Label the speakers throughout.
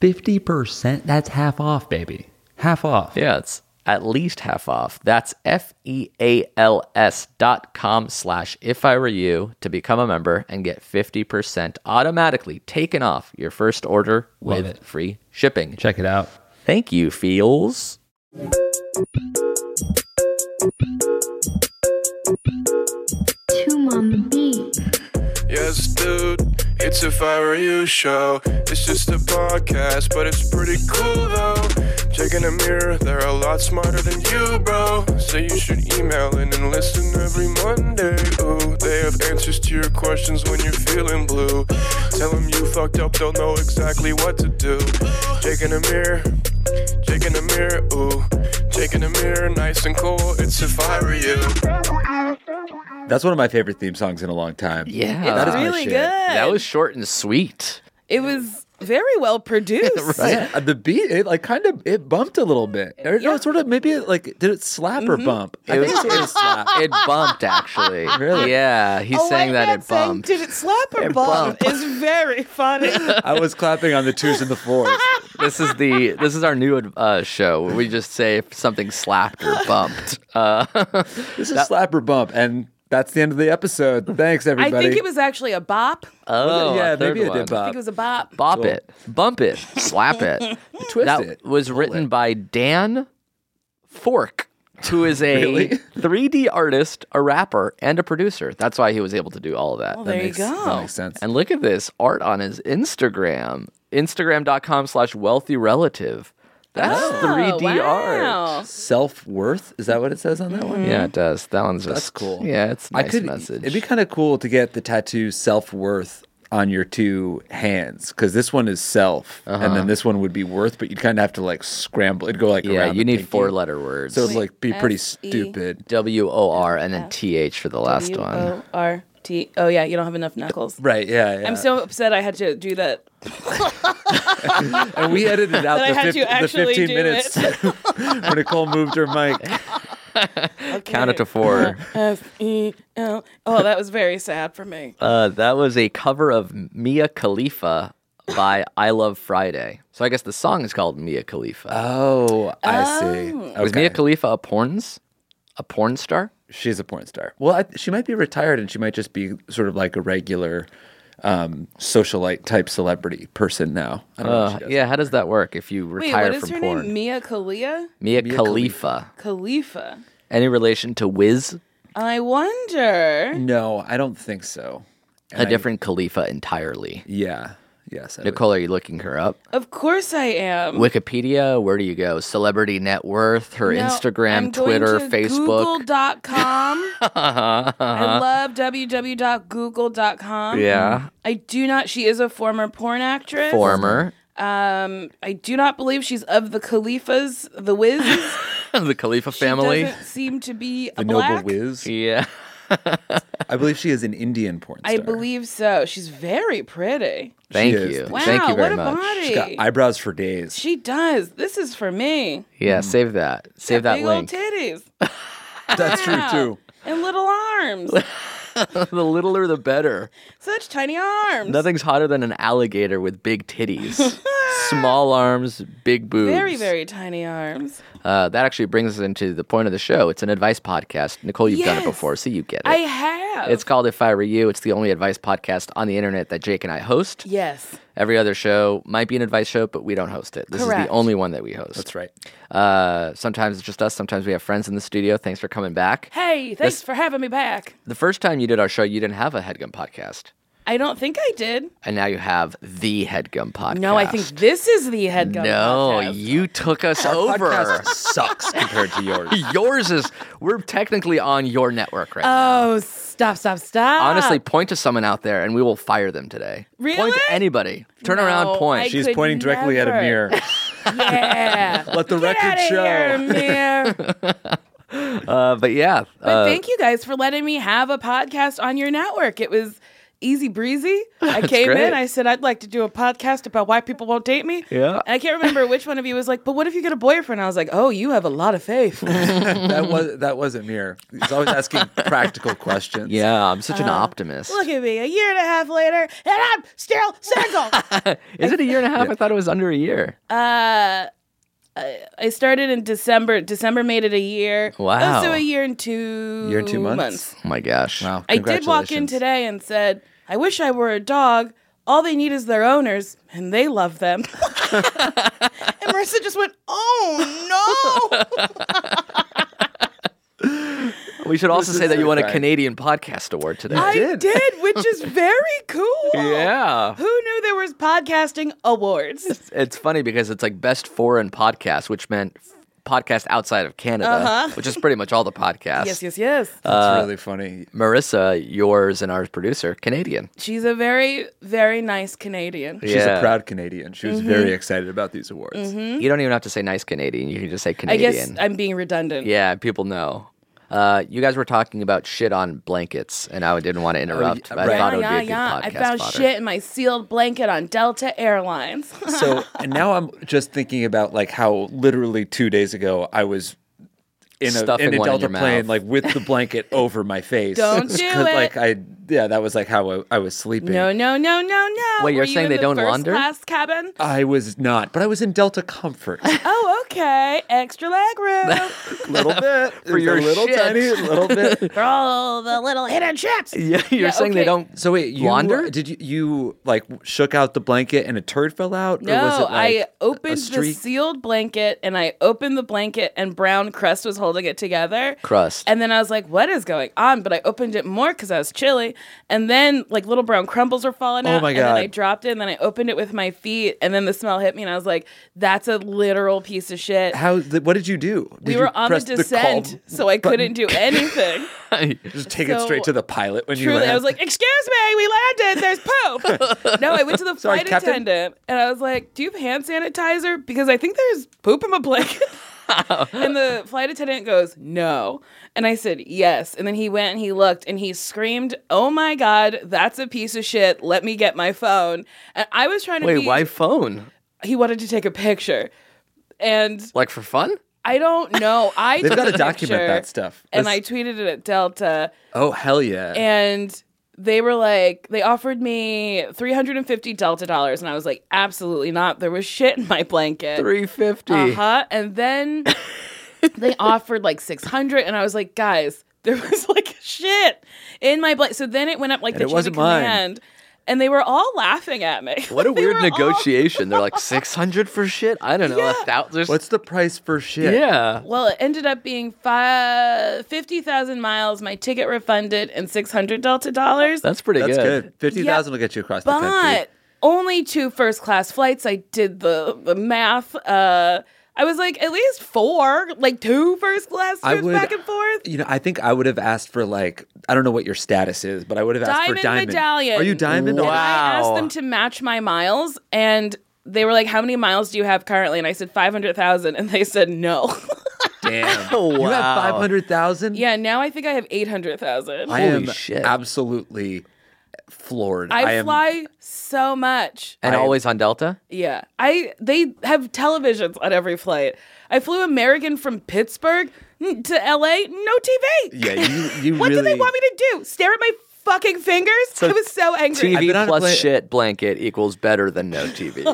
Speaker 1: 50%, that's half off, baby. Half off.
Speaker 2: Yeah, it's at least half off. That's F E A L S dot com slash if I were you to become a member and get 50% automatically taken off your first order
Speaker 1: Love
Speaker 2: with
Speaker 1: it.
Speaker 2: free shipping.
Speaker 1: Check it out.
Speaker 2: Thank you, Feels.
Speaker 3: Tomb on the beat.
Speaker 4: Yes, dude, it's if I were you show. It's just a podcast, but it's pretty cool though. Jake in a mirror, they're a lot smarter than you, bro. So you should email in and listen every Monday. Ooh, they have answers to your questions when you're feeling blue. Tell them you fucked up, they'll know exactly what to do. Jake in a mirror, Jake in a mirror, ooh. Jake in a mirror, nice and cool. It's if I were you.
Speaker 5: That's one of my favorite theme songs in a long time.
Speaker 2: Yeah.
Speaker 5: that is my
Speaker 6: really
Speaker 5: shit.
Speaker 6: good.
Speaker 2: That was short and sweet.
Speaker 6: It was very well produced.
Speaker 2: Right.
Speaker 5: Yeah, the beat it like kind of it bumped a little bit. Or, No, it sort of maybe it, like did it slap
Speaker 2: Mm-hmm.
Speaker 5: or bump? I
Speaker 2: It
Speaker 5: think
Speaker 2: was-
Speaker 5: it sort of slap.
Speaker 2: It bumped, actually.
Speaker 5: Really?
Speaker 2: Yeah. He's
Speaker 6: Oh,
Speaker 2: saying
Speaker 6: wait,
Speaker 2: that
Speaker 6: that's
Speaker 2: it bumped.
Speaker 6: Saying, Did it slap or bump?
Speaker 2: bumped.
Speaker 6: It's very funny.
Speaker 5: I was clapping on the twos and the fours.
Speaker 2: this is the this is our new uh, show where we just say if something slapped or bumped. Uh,
Speaker 5: This is slap or bump, and that's the end of the episode. Thanks
Speaker 6: I
Speaker 5: everybody.
Speaker 6: think it was actually a bop.
Speaker 2: oh,
Speaker 5: yeah,
Speaker 2: a third
Speaker 5: maybe it
Speaker 2: one.
Speaker 5: did
Speaker 6: I
Speaker 5: bop.
Speaker 6: think it was a bop.
Speaker 2: Bop it, bump it, slap it.
Speaker 5: Twist
Speaker 2: that
Speaker 5: it.
Speaker 2: was written by Dan Fork, who is a 3D artist, a rapper, and a producer. That's why he was able to do all of that.
Speaker 6: Well, there you
Speaker 5: makes-
Speaker 6: go.
Speaker 5: That makes sense.
Speaker 2: And look at this art on his Instagram, instagram.com slash wealthy relative. That's
Speaker 6: Oh,
Speaker 2: 3D art.
Speaker 6: wow.
Speaker 5: Self worth is that what it says on that one?
Speaker 2: Yeah, it does. That one's just
Speaker 5: That's cool.
Speaker 2: Yeah, it's a
Speaker 5: I
Speaker 2: nice
Speaker 5: could.
Speaker 2: message.
Speaker 5: It'd be kind of cool to get the tattoo self worth on your two hands because this one is self, and then this one would be worth, but you'd kind of have to like scramble. It'd go like
Speaker 2: Uh-huh. yeah,
Speaker 5: around
Speaker 2: you
Speaker 5: the
Speaker 2: need
Speaker 5: pinky.
Speaker 2: four letter words.
Speaker 5: So it'd like be pretty
Speaker 6: S-E.
Speaker 5: stupid.
Speaker 2: W O R and then T H for the last
Speaker 6: U
Speaker 2: one.
Speaker 6: O R T. Oh yeah, you don't have enough knuckles.
Speaker 5: Right, yeah, yeah.
Speaker 6: I'm so upset I had to do that.
Speaker 5: and we edited out
Speaker 6: That I
Speaker 5: the,
Speaker 6: had to
Speaker 5: 50, the
Speaker 6: actually
Speaker 5: 15
Speaker 6: do
Speaker 5: minutes when Nicole moved her mic.
Speaker 2: Count it to four.
Speaker 6: F E L. Oh, that was very sad for me.
Speaker 2: Uh, that was a cover of Mia Khalifa by I Love Friday. So I guess the song is called Mia Khalifa.
Speaker 5: Oh, I see.
Speaker 6: Oh.
Speaker 2: Was Mia Khalifa a porns? A porn star?
Speaker 5: She's a porn star. Well, I, she might be retired and she might just be sort of like a regular um, socialite type celebrity person now. I don't know what
Speaker 2: Uh,
Speaker 5: she does.
Speaker 2: yeah, how does that work if you
Speaker 6: Wait,
Speaker 2: retire
Speaker 6: what is
Speaker 2: from
Speaker 6: her
Speaker 2: porn?
Speaker 6: name? Mia Kalia?
Speaker 2: Mia, Khalifa.
Speaker 6: Khalifa.
Speaker 2: Any relation to Wiz?
Speaker 6: I
Speaker 2: Mm.
Speaker 6: wonder.
Speaker 5: No, I don't think so.
Speaker 2: a different Khalifa entirely.
Speaker 5: Yeah. Yes. I would-
Speaker 2: Nicole, are you looking her up?
Speaker 6: Of course I am.
Speaker 2: Wikipedia, where do you go? Celebrity net worth, her
Speaker 6: No,
Speaker 2: Instagram,
Speaker 6: I'm going
Speaker 2: Twitter,
Speaker 6: to
Speaker 2: Facebook.
Speaker 6: Google.com. I love www.google.com.
Speaker 2: Yeah.
Speaker 6: I do not. She is a former porn actress.
Speaker 2: Former.
Speaker 6: Um, I do not believe she's of the Khalifas, the Wiz
Speaker 2: the Khalifa
Speaker 6: She
Speaker 2: family.
Speaker 6: doesn't seem to be a
Speaker 5: The
Speaker 6: black.
Speaker 5: Noble Wiz.
Speaker 2: Yeah.
Speaker 5: I believe she is an Indian porn star.
Speaker 6: I believe so. She's very pretty.
Speaker 2: Thank
Speaker 5: is.
Speaker 2: you.
Speaker 6: Wow,
Speaker 2: Thank you very
Speaker 6: what a
Speaker 2: much.
Speaker 6: body.
Speaker 5: She's got eyebrows for days.
Speaker 6: She does. This is for me.
Speaker 2: Yeah, save that. Save that
Speaker 6: Big
Speaker 2: link.
Speaker 6: old titties.
Speaker 5: That's true
Speaker 6: Wow.
Speaker 5: too.
Speaker 6: And little arms.
Speaker 2: the littler the better.
Speaker 6: Such tiny arms.
Speaker 2: Nothing's hotter than an alligator with big titties. small arms, big boobs.
Speaker 6: Very, very tiny arms.
Speaker 2: Uh, that actually brings us into the point of the show. It's an advice podcast. Nicole, you've done it
Speaker 6: Yes.
Speaker 2: before, so you get it.
Speaker 6: I have.
Speaker 2: It's called If I Were You. It's the only advice podcast on the internet that Jake and I host.
Speaker 6: yes.
Speaker 2: Every other show might be an advice show, but we don't host it. This is the
Speaker 6: Correct.
Speaker 2: only one that we host.
Speaker 5: That's right.
Speaker 2: Uh, sometimes it's just us. Sometimes we have friends in the studio. Thanks for coming back.
Speaker 6: Hey, thanks for having me back.
Speaker 2: The first time you did our show, you didn't have a headgum podcast.
Speaker 6: I don't think I did.
Speaker 2: And now you have the headgum podcast.
Speaker 6: No, I think this is the headgum.
Speaker 2: No,
Speaker 6: podcast.
Speaker 2: you took us over.
Speaker 5: Podcast sucks compared to yours.
Speaker 2: Yours is, we're technically on your network right now.
Speaker 6: Oh, stop, stop, stop.
Speaker 2: Honestly, point to someone out there and we will fire them today. Point
Speaker 6: Really?
Speaker 2: to anybody. Turn
Speaker 6: No,
Speaker 2: around, point.
Speaker 6: I
Speaker 5: She's
Speaker 6: could
Speaker 5: pointing directly at
Speaker 6: never.
Speaker 5: a mirror.
Speaker 6: yeah.
Speaker 5: Let the
Speaker 6: Get
Speaker 5: record
Speaker 6: outta
Speaker 5: show.
Speaker 6: here, man.
Speaker 2: Uh, but yeah,
Speaker 6: But
Speaker 2: uh,
Speaker 6: thank you guys for letting me have a podcast on your network. It was easy breezy. I came
Speaker 2: great.
Speaker 6: in, I said, I'd like to do a podcast about why people won't date me.
Speaker 2: Yeah.
Speaker 6: And I can't remember which one of you was like, but what if you get a boyfriend? I was like, oh, you have a lot of faith.
Speaker 5: that was that wasn't mirror. He's always asking practical questions.
Speaker 2: yeah, I'm such an optimist.
Speaker 6: Uh, Look at me, a year and a half later, and I'm still single.
Speaker 2: Is it a year and a half? I thought it was under a year.
Speaker 6: uh, I- I started in December. December made it a year.
Speaker 2: Wow.
Speaker 6: Oh, so a year and two
Speaker 5: Year and two months?
Speaker 2: oh my gosh.
Speaker 5: Wow.
Speaker 6: I did walk in
Speaker 5: congratulations.
Speaker 6: today and said, I wish I were a dog. All they need is their owners, and they love them. and Marissa just went, Oh no.
Speaker 2: We should also say that you won a
Speaker 5: right.
Speaker 2: Canadian Podcast Award today.
Speaker 6: I did. which is very cool.
Speaker 2: yeah.
Speaker 6: Who knew there was podcasting awards?
Speaker 2: It's funny because it's like best foreign podcast, which meant f- podcast outside of Canada, which is pretty much all the podcasts.
Speaker 6: Uh-huh. yes, yes, yes.
Speaker 5: That's
Speaker 2: Uh,
Speaker 5: really funny.
Speaker 2: Marissa, yours and our producer, Canadian.
Speaker 6: She's a very, very nice Canadian.
Speaker 5: She's a proud Canadian. She was
Speaker 6: Mm-hmm.
Speaker 5: very excited about these awards.
Speaker 2: You don't even have to say nice Canadian. You can just say
Speaker 6: Hmm? I
Speaker 2: Canadian.
Speaker 6: guess I'm being redundant.
Speaker 2: Yeah, people know. Uh, you guys were talking about shit on blankets, and I didn't want to interrupt. but I
Speaker 5: right.
Speaker 2: thought it would
Speaker 6: Yeah, yeah,
Speaker 2: be a good
Speaker 6: yeah. I
Speaker 2: podcast
Speaker 6: found
Speaker 2: fodder.
Speaker 6: shit in my sealed blanket on Delta Airlines.
Speaker 5: So and now I'm just thinking about like how literally two days ago I was in a,
Speaker 2: Stuffing
Speaker 5: in a
Speaker 2: one in
Speaker 5: Delta
Speaker 2: your
Speaker 5: plane
Speaker 2: mouth.
Speaker 5: like with the blanket over my face.
Speaker 6: Don't do
Speaker 5: 'Cause,
Speaker 6: it.
Speaker 5: Like I yeah, that was like how I, I was sleeping.
Speaker 6: No, no, no, no, no.
Speaker 2: Wait, you're
Speaker 6: Were you
Speaker 2: saying
Speaker 6: in
Speaker 2: they
Speaker 6: the
Speaker 2: don't
Speaker 6: first
Speaker 2: launder?
Speaker 6: Class cabin.
Speaker 5: I was not, but I was in Delta Comfort.
Speaker 6: Oh, okay. Extra leg room
Speaker 5: little bit for
Speaker 2: your
Speaker 5: a little
Speaker 2: shit.
Speaker 5: tiny little bit.
Speaker 6: for all the little hidden chips.
Speaker 2: Yeah, you're saying they
Speaker 6: okay.
Speaker 2: don't.
Speaker 5: So wait, you
Speaker 2: Launder?
Speaker 5: did you, you like shook out the blanket and a turd fell out?
Speaker 6: No,
Speaker 5: or was it like
Speaker 6: I opened
Speaker 5: a
Speaker 6: the
Speaker 5: streak?
Speaker 6: sealed blanket and I opened the blanket and brown crust was holding it together.
Speaker 2: Crust.
Speaker 6: And then I was like, what is going on? But I opened it more because I was chilly. And then like little brown crumbles were falling
Speaker 5: Oh
Speaker 6: out.
Speaker 5: my
Speaker 6: And then I
Speaker 5: God.
Speaker 6: dropped it and then I opened it with my feet. And then the smell hit me and I was like, that's a literal piece of shit.
Speaker 5: How? Th- what did you do?
Speaker 6: we
Speaker 5: Did you
Speaker 6: were on the
Speaker 5: press call
Speaker 6: descent, so I
Speaker 5: button?
Speaker 6: couldn't do anything.
Speaker 5: Just take it
Speaker 6: So-
Speaker 5: straight to the pilot when you.
Speaker 6: Truly, I
Speaker 5: land.
Speaker 6: was like, "Excuse me, we landed. There's poop." no, I went to the
Speaker 5: Sorry,
Speaker 6: flight
Speaker 5: Captain.
Speaker 6: attendant and I was like, "Do you have hand sanitizer? Because I think there's poop in my blanket." and the flight attendant goes, "No," and I said, "Yes." And then he went and he looked and he screamed, "Oh my god, that's a piece of shit! Let me get my phone." And I was trying to
Speaker 2: Wait,
Speaker 6: be-
Speaker 2: why phone?
Speaker 6: he wanted to take a picture, and
Speaker 2: Like for fun?
Speaker 6: I don't know. I
Speaker 5: They've
Speaker 6: took
Speaker 5: got
Speaker 6: a
Speaker 5: to document
Speaker 6: picture,
Speaker 5: that stuff.
Speaker 6: And I
Speaker 5: That's-
Speaker 6: tweeted it at Delta.
Speaker 5: oh hell yeah!
Speaker 6: and they were like they offered me 350 delta dollars and i was like absolutely not there was shit in my blanket
Speaker 2: 350.
Speaker 6: uh-huh and then they offered like 600 and i was like guys there was like shit in my blanket so then it went up like the
Speaker 5: it
Speaker 6: chain
Speaker 5: wasn't
Speaker 6: of
Speaker 5: mine.
Speaker 6: command and they were all laughing at me
Speaker 2: What a
Speaker 6: They
Speaker 2: weird
Speaker 6: were all-
Speaker 2: negotiation. They're like 600 for shit? I don't know. A thousand.
Speaker 5: What's the price for shit?
Speaker 2: yeah.
Speaker 6: well, it ended up being fi- 50,000 miles, my ticket refunded, and 600 Delta dollars.
Speaker 2: That's pretty
Speaker 5: that's
Speaker 2: good.
Speaker 5: good. Fifty thousand will get you across the country.
Speaker 6: but only two first class flights. I did the, the math. Uh, I was like, at least four, like two first class
Speaker 5: I
Speaker 6: trips
Speaker 5: would-
Speaker 6: back and forth.
Speaker 5: You know, I think I would have asked for like I don't know what your status is, but I would have asked
Speaker 6: Diamond
Speaker 5: for diamond.
Speaker 6: medallion.
Speaker 5: Are you diamond?
Speaker 6: And
Speaker 5: Oh,
Speaker 6: I
Speaker 2: Wow.
Speaker 6: asked them to match my miles, and they were like, "How many miles do you have currently?" And I said, 500,000. And they said, "No."
Speaker 5: Damn.
Speaker 2: Oh,
Speaker 5: You have
Speaker 2: wow.
Speaker 5: five hundred thousand.
Speaker 6: yeah, now I think I have 800,000.
Speaker 5: I
Speaker 6: I,
Speaker 2: Holy
Speaker 5: am
Speaker 2: shit.
Speaker 5: absolutely floored. am-
Speaker 6: fly so much.
Speaker 2: And always on Delta?
Speaker 6: Yeah. I they have televisions on every flight. I flew American from Pittsburgh to LA, no TV.
Speaker 5: Yeah, you- you
Speaker 6: What do they
Speaker 5: really-
Speaker 6: want me to do? Stare at my fucking fingers. I was so angry.
Speaker 2: TV
Speaker 5: been on a
Speaker 2: plus
Speaker 5: plane-
Speaker 2: shit blanket equals better than no TV.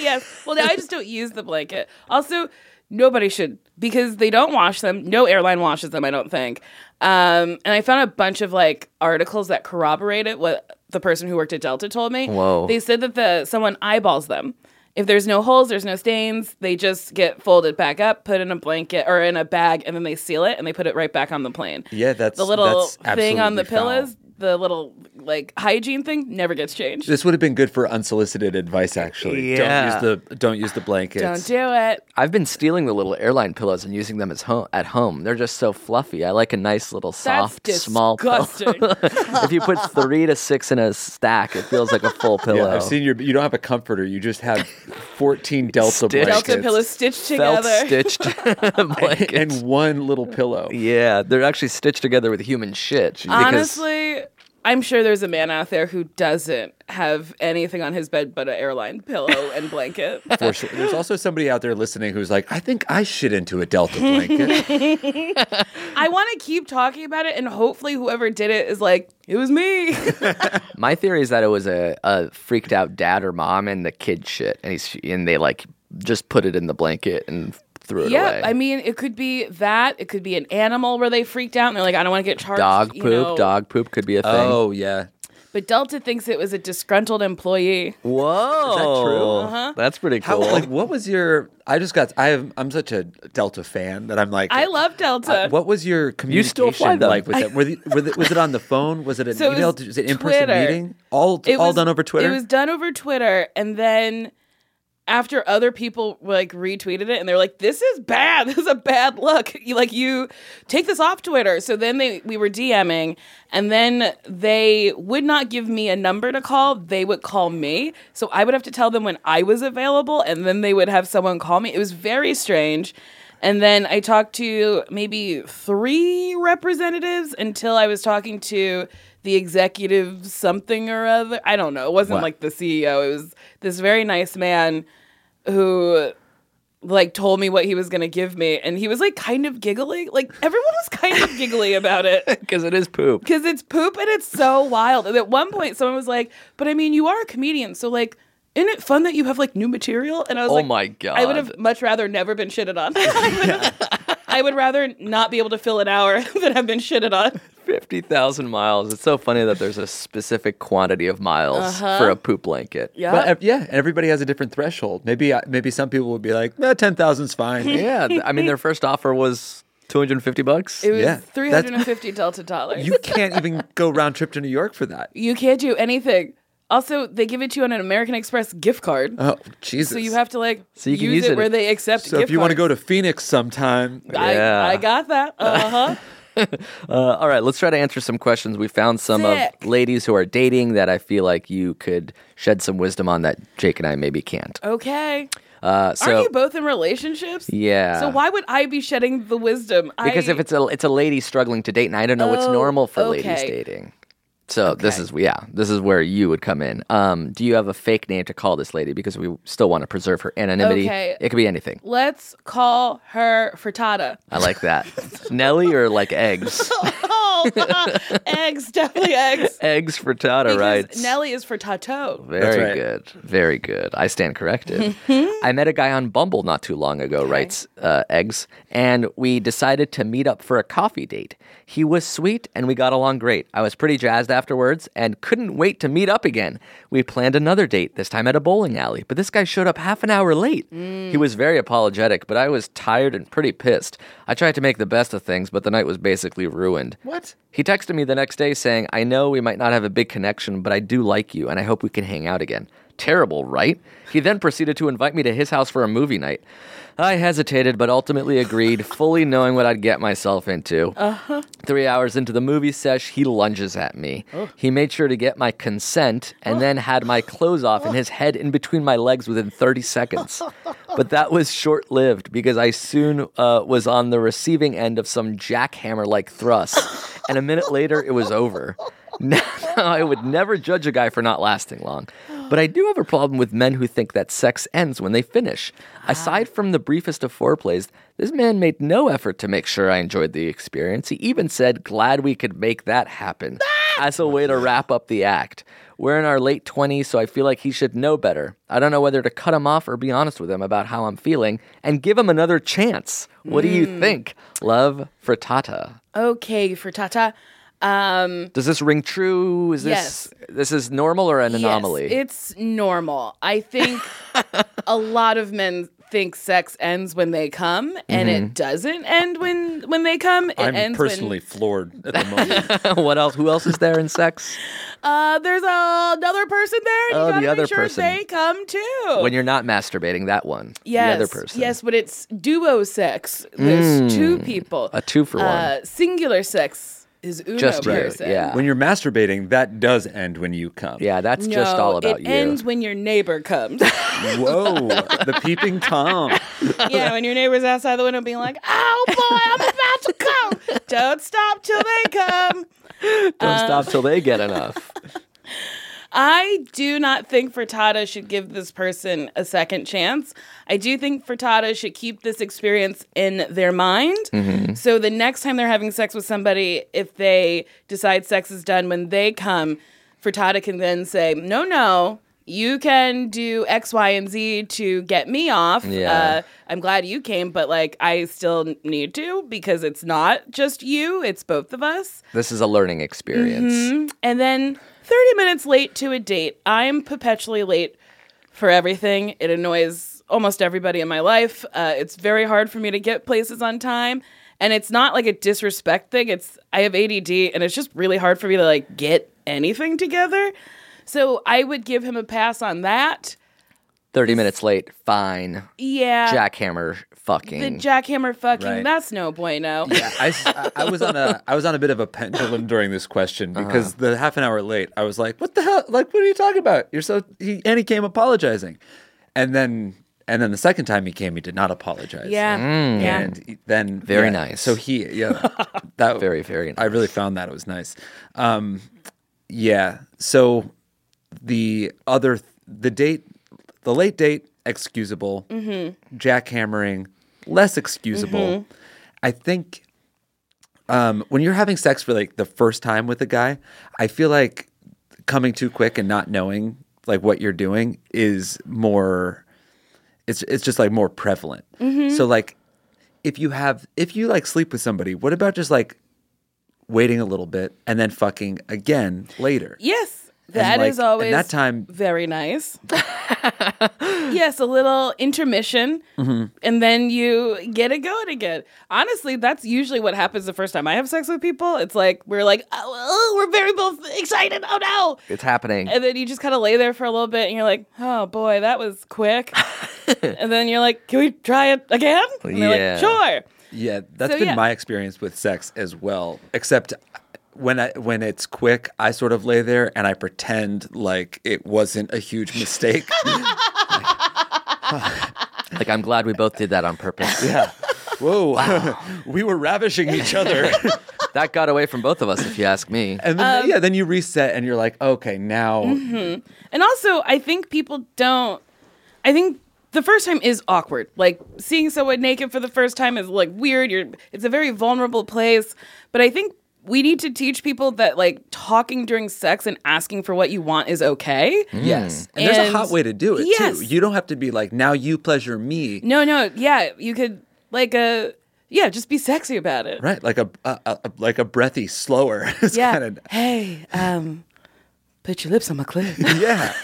Speaker 6: yes. Well, now I just don't use the blanket. Also, nobody should because they don't wash them. No airline washes them, I don't think. Um, and I found a bunch of like articles that corroborated what the person who worked at Delta told me.
Speaker 2: Whoa.
Speaker 6: They said that the someone eyeballs them. If there's no holes, there's no stains. They just get folded back up, put in a blanket or in a bag, and then they seal it and they put it right back on the plane.
Speaker 5: Yeah, that's-
Speaker 6: the little
Speaker 5: that's
Speaker 6: thing on
Speaker 5: absolutely
Speaker 6: the pillows. The little like hygiene thing never gets changed.
Speaker 5: This would have been good for unsolicited advice, actually.
Speaker 2: Yeah.
Speaker 5: Don't use the don't use the blankets.
Speaker 6: don't do it.
Speaker 2: I've been stealing the little airline pillows and using them as home at home. They're just so fluffy. I like a nice little soft,
Speaker 6: That's
Speaker 2: small pillow.
Speaker 6: disgusting.
Speaker 2: if you put three to six in a stack, it feels like a full pillow.
Speaker 5: Yeah, I've seen your. You don't have a comforter. You just have fourteen Delta
Speaker 2: Stitched.
Speaker 5: blankets
Speaker 6: Delta pillows stitched
Speaker 2: felt
Speaker 6: together.
Speaker 2: stitched blankets.
Speaker 5: and one little pillow.
Speaker 2: yeah, they're actually stitched together with human shit. because-
Speaker 6: Honestly, I'm sure there's a man out there who doesn't have anything on his bed but an airline pillow and blanket.
Speaker 5: For sure. There's also somebody out there listening who's like, I think I shit into a Delta blanket.
Speaker 6: I want to keep talking about it, and hopefully, whoever did it is like, it was me.
Speaker 2: My theory is that it was a, a freaked out dad or mom and the kid shit, and he's and they like just put it in the blanket and threw it
Speaker 6: yeah,
Speaker 2: away.
Speaker 6: I mean, it could be that. It could be an animal where they freaked out and they're like, I don't want to get charged.
Speaker 2: dog
Speaker 6: you
Speaker 2: poop,
Speaker 6: know.
Speaker 2: dog poop could be a thing.
Speaker 5: yeah.
Speaker 6: But Delta thinks it was a disgruntled employee.
Speaker 2: whoa, is that
Speaker 5: true?
Speaker 2: Uh-huh. That's pretty
Speaker 5: How
Speaker 2: cool.
Speaker 5: like what was your? I just got. I have, I'm such a Delta fan that I'm like.
Speaker 6: I love Delta.
Speaker 5: Uh, what was your communication
Speaker 2: still fly them.
Speaker 5: like with them? Were the, were the, was it on the phone? Was it an
Speaker 6: So it
Speaker 5: email?
Speaker 6: was
Speaker 5: Did- Was it in person
Speaker 6: Twitter.
Speaker 5: meeting? All all done over Twitter.
Speaker 6: It was done over Twitter, and then after other people like retweeted it, and they were like, "This is bad. This is a bad look. You like you take this off Twitter." So then they we were DMing, and then they would not give me a number to call. They would call me, so I would have to tell them when I was available, and then they would have someone call me. It was very strange. And then I talked to maybe three representatives until I was talking to the executive something or other. I don't know. It wasn't like the CEO. It was this very nice man who like told me what he was going to give me and he was like kind of giggly. Like everyone was kind of giggly about it
Speaker 2: because it is poop.
Speaker 6: because it's poop and it's so wild. And at one point someone was like, "But I mean, you are a comedian, so like isn't it fun that you have like new material?" And I was
Speaker 2: Oh
Speaker 6: like,
Speaker 2: my God.
Speaker 6: I would have much rather never been shitted on. I, would I would rather not be able to fill an hour than have been shitted on.
Speaker 2: Fifty thousand miles. It's so funny that there's a specific quantity of miles for a poop blanket.
Speaker 6: Uh-huh. Yeah.
Speaker 5: But ev- yeah, everybody has a different threshold. Maybe I- maybe some people would be like, eh, ten thousand's fine.
Speaker 2: yeah. th- I mean, their first offer was two hundred and fifty bucks.
Speaker 6: It was
Speaker 5: Yeah, that's-
Speaker 6: 350 Delta dollars.
Speaker 5: you can't even go round trip to New York for that.
Speaker 6: You can't do anything. Also, they give it to you on an American Express gift card.
Speaker 5: Oh Jesus!
Speaker 6: so you have to like
Speaker 2: So you can
Speaker 6: use
Speaker 2: use
Speaker 6: it,
Speaker 2: it
Speaker 6: where
Speaker 2: if-
Speaker 6: they accept
Speaker 5: So if you want to go to Phoenix sometime,
Speaker 6: I,
Speaker 2: Yeah.
Speaker 6: I got that. Uh-huh.
Speaker 2: Uh, all right, let's try to answer some questions. We found some
Speaker 6: Sick.
Speaker 2: of ladies who are dating that I feel like you could shed some wisdom on that Jake and I maybe can't.
Speaker 6: okay.
Speaker 2: Uh, so
Speaker 6: Aren't you both in relationships?
Speaker 2: yeah,
Speaker 6: So why would I be shedding the wisdom?
Speaker 2: Because
Speaker 6: I,
Speaker 2: if it's a it's a lady struggling to date, and I don't know what's
Speaker 6: Oh,
Speaker 2: normal for ladies
Speaker 6: okay.
Speaker 2: dating. So this is yeah, this is where you would come in. Um, do you have a fake name to call this lady because we still want to preserve her anonymity?
Speaker 6: Okay.
Speaker 2: It could be anything.
Speaker 6: let's call her frittata.
Speaker 2: I like that. Nelly or like eggs.
Speaker 6: Oh, eggs, definitely eggs.
Speaker 2: eggs frittata,
Speaker 6: Because
Speaker 2: right?
Speaker 6: Nelly is for tato.
Speaker 2: Very
Speaker 5: right.
Speaker 2: good. Very good. I stand corrected. I met a guy on Bumble not too long ago, writes uh, Eggs, and we decided to meet up for a coffee date. He was sweet and we got along great. I was pretty jazzed afterwards and couldn't wait to meet up again. We planned another date, this time at a bowling alley, but this guy showed up half an hour late. He was very apologetic, but I was tired and pretty pissed. I tried to make the best of things, but the night was basically ruined.
Speaker 5: What?
Speaker 2: He texted me the next day saying, I know we might not have a big connection, but I do like you and I hope we can hang out again. Terrible, right? He then proceeded to invite me to his house for a movie night. I hesitated, but ultimately agreed, fully knowing what I'd get myself into. Three hours into the movie sesh, he lunges at me. He made sure to get my consent and then had my clothes off and his head in between my legs within 30 seconds. But that was short lived because I soon uh, was on the receiving end of some jackhammer like thrust. And a minute later, it was over. Now, I would never judge a guy for not lasting long. But I do have a problem with men who think that sex ends when they finish. Aside from the briefest of foreplays, this man made no effort to make sure I enjoyed the experience. He even said, Glad we could make that happen. as a way to wrap up the act. We're in our late 20s, so I feel like he should know better. I don't know whether to cut him off or be honest with him about how I'm feeling and give him another chance. What do you think? Love, frittata.
Speaker 6: Okay, for Tata. Um,
Speaker 2: Does this ring true? Is this this is normal or an anomaly?
Speaker 6: Yes, it's normal. I think a lot of men think sex ends when they come, and
Speaker 2: Mm-hmm.
Speaker 6: it doesn't end when when they come. It
Speaker 5: I'm
Speaker 6: ends
Speaker 5: personally floored at the moment.
Speaker 2: what else? Who else is there in sex?
Speaker 6: When, uh, there's another person there. And
Speaker 2: Oh,
Speaker 6: you
Speaker 2: the
Speaker 6: gotta
Speaker 2: other
Speaker 6: make sure
Speaker 2: person.
Speaker 6: They come too.
Speaker 2: When you're not masturbating, that one.
Speaker 6: yes,
Speaker 2: The other person. Mm.
Speaker 6: Yes, but it's duo sex. There's two people.
Speaker 2: A two for one.
Speaker 6: Uh, singular sex is uno
Speaker 2: Just you,
Speaker 6: person.
Speaker 2: yeah.
Speaker 5: when you're masturbating, that does end when you come.
Speaker 2: yeah, that's just
Speaker 6: No,
Speaker 2: all about
Speaker 6: it
Speaker 2: you.
Speaker 6: ends when your neighbor comes.
Speaker 5: Whoa, the peeping tom.
Speaker 6: Yeah, when your neighbor's outside the window being like, oh boy, I'm about to come. Don't stop till they come.
Speaker 2: Don't
Speaker 6: uh,
Speaker 2: stop till they get enough.
Speaker 6: I do not think Frittata should give this person a second chance. I do think Frittata should keep this experience in their mind. So the next time they're having sex with somebody, if they decide sex is done when they come, Frittata can then say, no, no. You can do X, Y, and Z to get me off.
Speaker 2: Yeah.
Speaker 6: Uh, I'm glad you came, but like I still need to because it's not just you, it's both of us.
Speaker 2: This is a learning experience.
Speaker 6: And then 30 minutes late to a date. I'm perpetually late for everything. It annoys almost everybody in my life. Uh, it's very hard for me to get places on time. And it's not like a disrespect thing. It's I have ADD and it's just really hard for me to like get anything together. So I would give him a pass on that.
Speaker 2: 30 minutes late, fine.
Speaker 6: Yeah.
Speaker 2: Jackhammer fucking.
Speaker 6: The jackhammer fucking,
Speaker 5: Right.
Speaker 6: that's no bueno.
Speaker 5: Yeah, I, s- I- I was on a I was on a bit of a pendulum during this question
Speaker 2: Uh-huh.
Speaker 5: because the half an hour late, I was like, "What the hell? Like, what are you talking about? You're so." He, and he came apologizing, and then and then the second time he came, he did not apologize.
Speaker 6: Yeah. Yeah.
Speaker 5: and he- then
Speaker 2: Mm. Very
Speaker 5: yeah,
Speaker 2: nice.
Speaker 5: So he yeah, that
Speaker 2: Very, very
Speaker 5: I really found that it was nice. Um, yeah. So the other the date the late date excusable jackhammering less excusable i think um, when you're having sex for like the first time with a guy i feel like coming too quick and not knowing like what you're doing is more it's it's just like more prevalent so like if you have if you like sleep with somebody what about just like waiting a little bit and then fucking again later
Speaker 6: Yes,
Speaker 5: And,
Speaker 6: that is
Speaker 5: like, and
Speaker 6: always
Speaker 5: that time-
Speaker 6: very nice. yes, a little intermission, and then you get it going again. Honestly, that's usually what happens the first time I have sex with people. It's like we're like, oh, oh, we're very both excited. Oh no!
Speaker 2: it's happening.
Speaker 6: And then you just kind of lay there for a little bit, and you're like, oh boy, that was quick. and then you're like, can we try it again? And they're
Speaker 2: Yeah.
Speaker 6: like, sure.
Speaker 5: Yeah, that's
Speaker 6: So,
Speaker 5: been
Speaker 6: yeah.
Speaker 5: my experience with sex as well. Except when I when it's quick, I sort of lay there and I pretend like it wasn't a huge mistake.
Speaker 2: Like, I'm glad we both did that on purpose.
Speaker 5: yeah. Whoa, we were ravishing each other.
Speaker 2: That got away from both of us, if you ask me.
Speaker 5: and then,
Speaker 6: Um,
Speaker 5: yeah, then you reset and you're like, okay, now
Speaker 6: Mm-hmm.
Speaker 5: hmm.
Speaker 6: And also, I think people don't. I think the first time is awkward. Like seeing someone naked for the first time is like weird. You're it's a very vulnerable place. But I think we need to teach people that like talking during sex and asking for what you want is okay.
Speaker 5: Mm. yes. And, there's a
Speaker 6: And-
Speaker 5: hot way to do it
Speaker 6: Yes.
Speaker 5: too. You don't have to be like, now you pleasure me.
Speaker 6: No, no, yeah, you could like uh, yeah, just be sexy about it.
Speaker 5: Right, like a, a, a like a breathy, slower. It's
Speaker 6: Yeah.
Speaker 5: kinda-
Speaker 6: Hey, um, put your lips on my clit.
Speaker 5: yeah.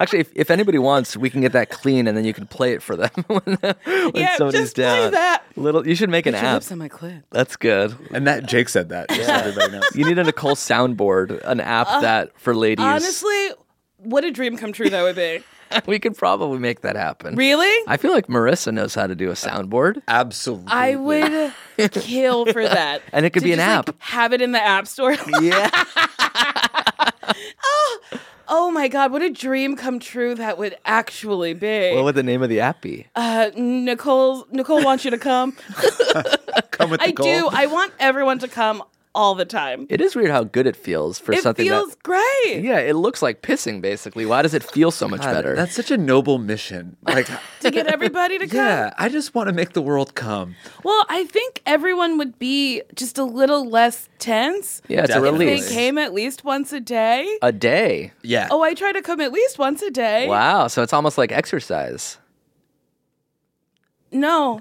Speaker 2: Actually, if, if anybody wants, we can get that clean and then you can play it for them when, when
Speaker 6: Yeah,
Speaker 2: somebody's
Speaker 6: just play
Speaker 2: down.
Speaker 6: that.
Speaker 2: Little, you should make an
Speaker 6: Put your
Speaker 2: app.
Speaker 6: lips on my clit.
Speaker 2: That's good.
Speaker 5: And that Jake said that. Just so everybody knows.
Speaker 2: You need a Nicole soundboard, an app that for ladies.
Speaker 6: Uh, Honestly, what a dream come true that would be.
Speaker 2: we could probably make that happen.
Speaker 6: Really?
Speaker 2: I feel like Marissa knows how to do a soundboard.
Speaker 5: Absolutely.
Speaker 6: I would kill for that.
Speaker 2: And it could
Speaker 6: To
Speaker 2: be an
Speaker 6: just, like,
Speaker 2: app.
Speaker 6: have it in the app store.
Speaker 2: Yeah.
Speaker 6: oh my god, what a dream come true that would actually be.
Speaker 2: what would the name of the app be?
Speaker 6: uh, Nicole, Nicole wants you to come.
Speaker 5: come with the
Speaker 6: I
Speaker 5: goal.
Speaker 6: do. I want everyone to come all the time.
Speaker 2: It is weird how good it feels for
Speaker 6: It
Speaker 2: something
Speaker 6: feels great.
Speaker 2: that. Yeah, it looks like pissing basically. Why does it feel so much
Speaker 5: God,
Speaker 2: better?
Speaker 5: That's such a noble mission. Like
Speaker 6: to get everybody to come.
Speaker 5: Yeah, I just want to make the world come.
Speaker 6: Well, I think everyone would be just a little less tense.
Speaker 2: Yeah, it's
Speaker 5: Definitely.
Speaker 2: a
Speaker 6: They
Speaker 2: release.
Speaker 6: came at least once a day.
Speaker 2: a day.
Speaker 5: Yeah.
Speaker 6: Oh, I try to come at least once a day.
Speaker 2: Wow. So it's almost like exercise.
Speaker 6: No.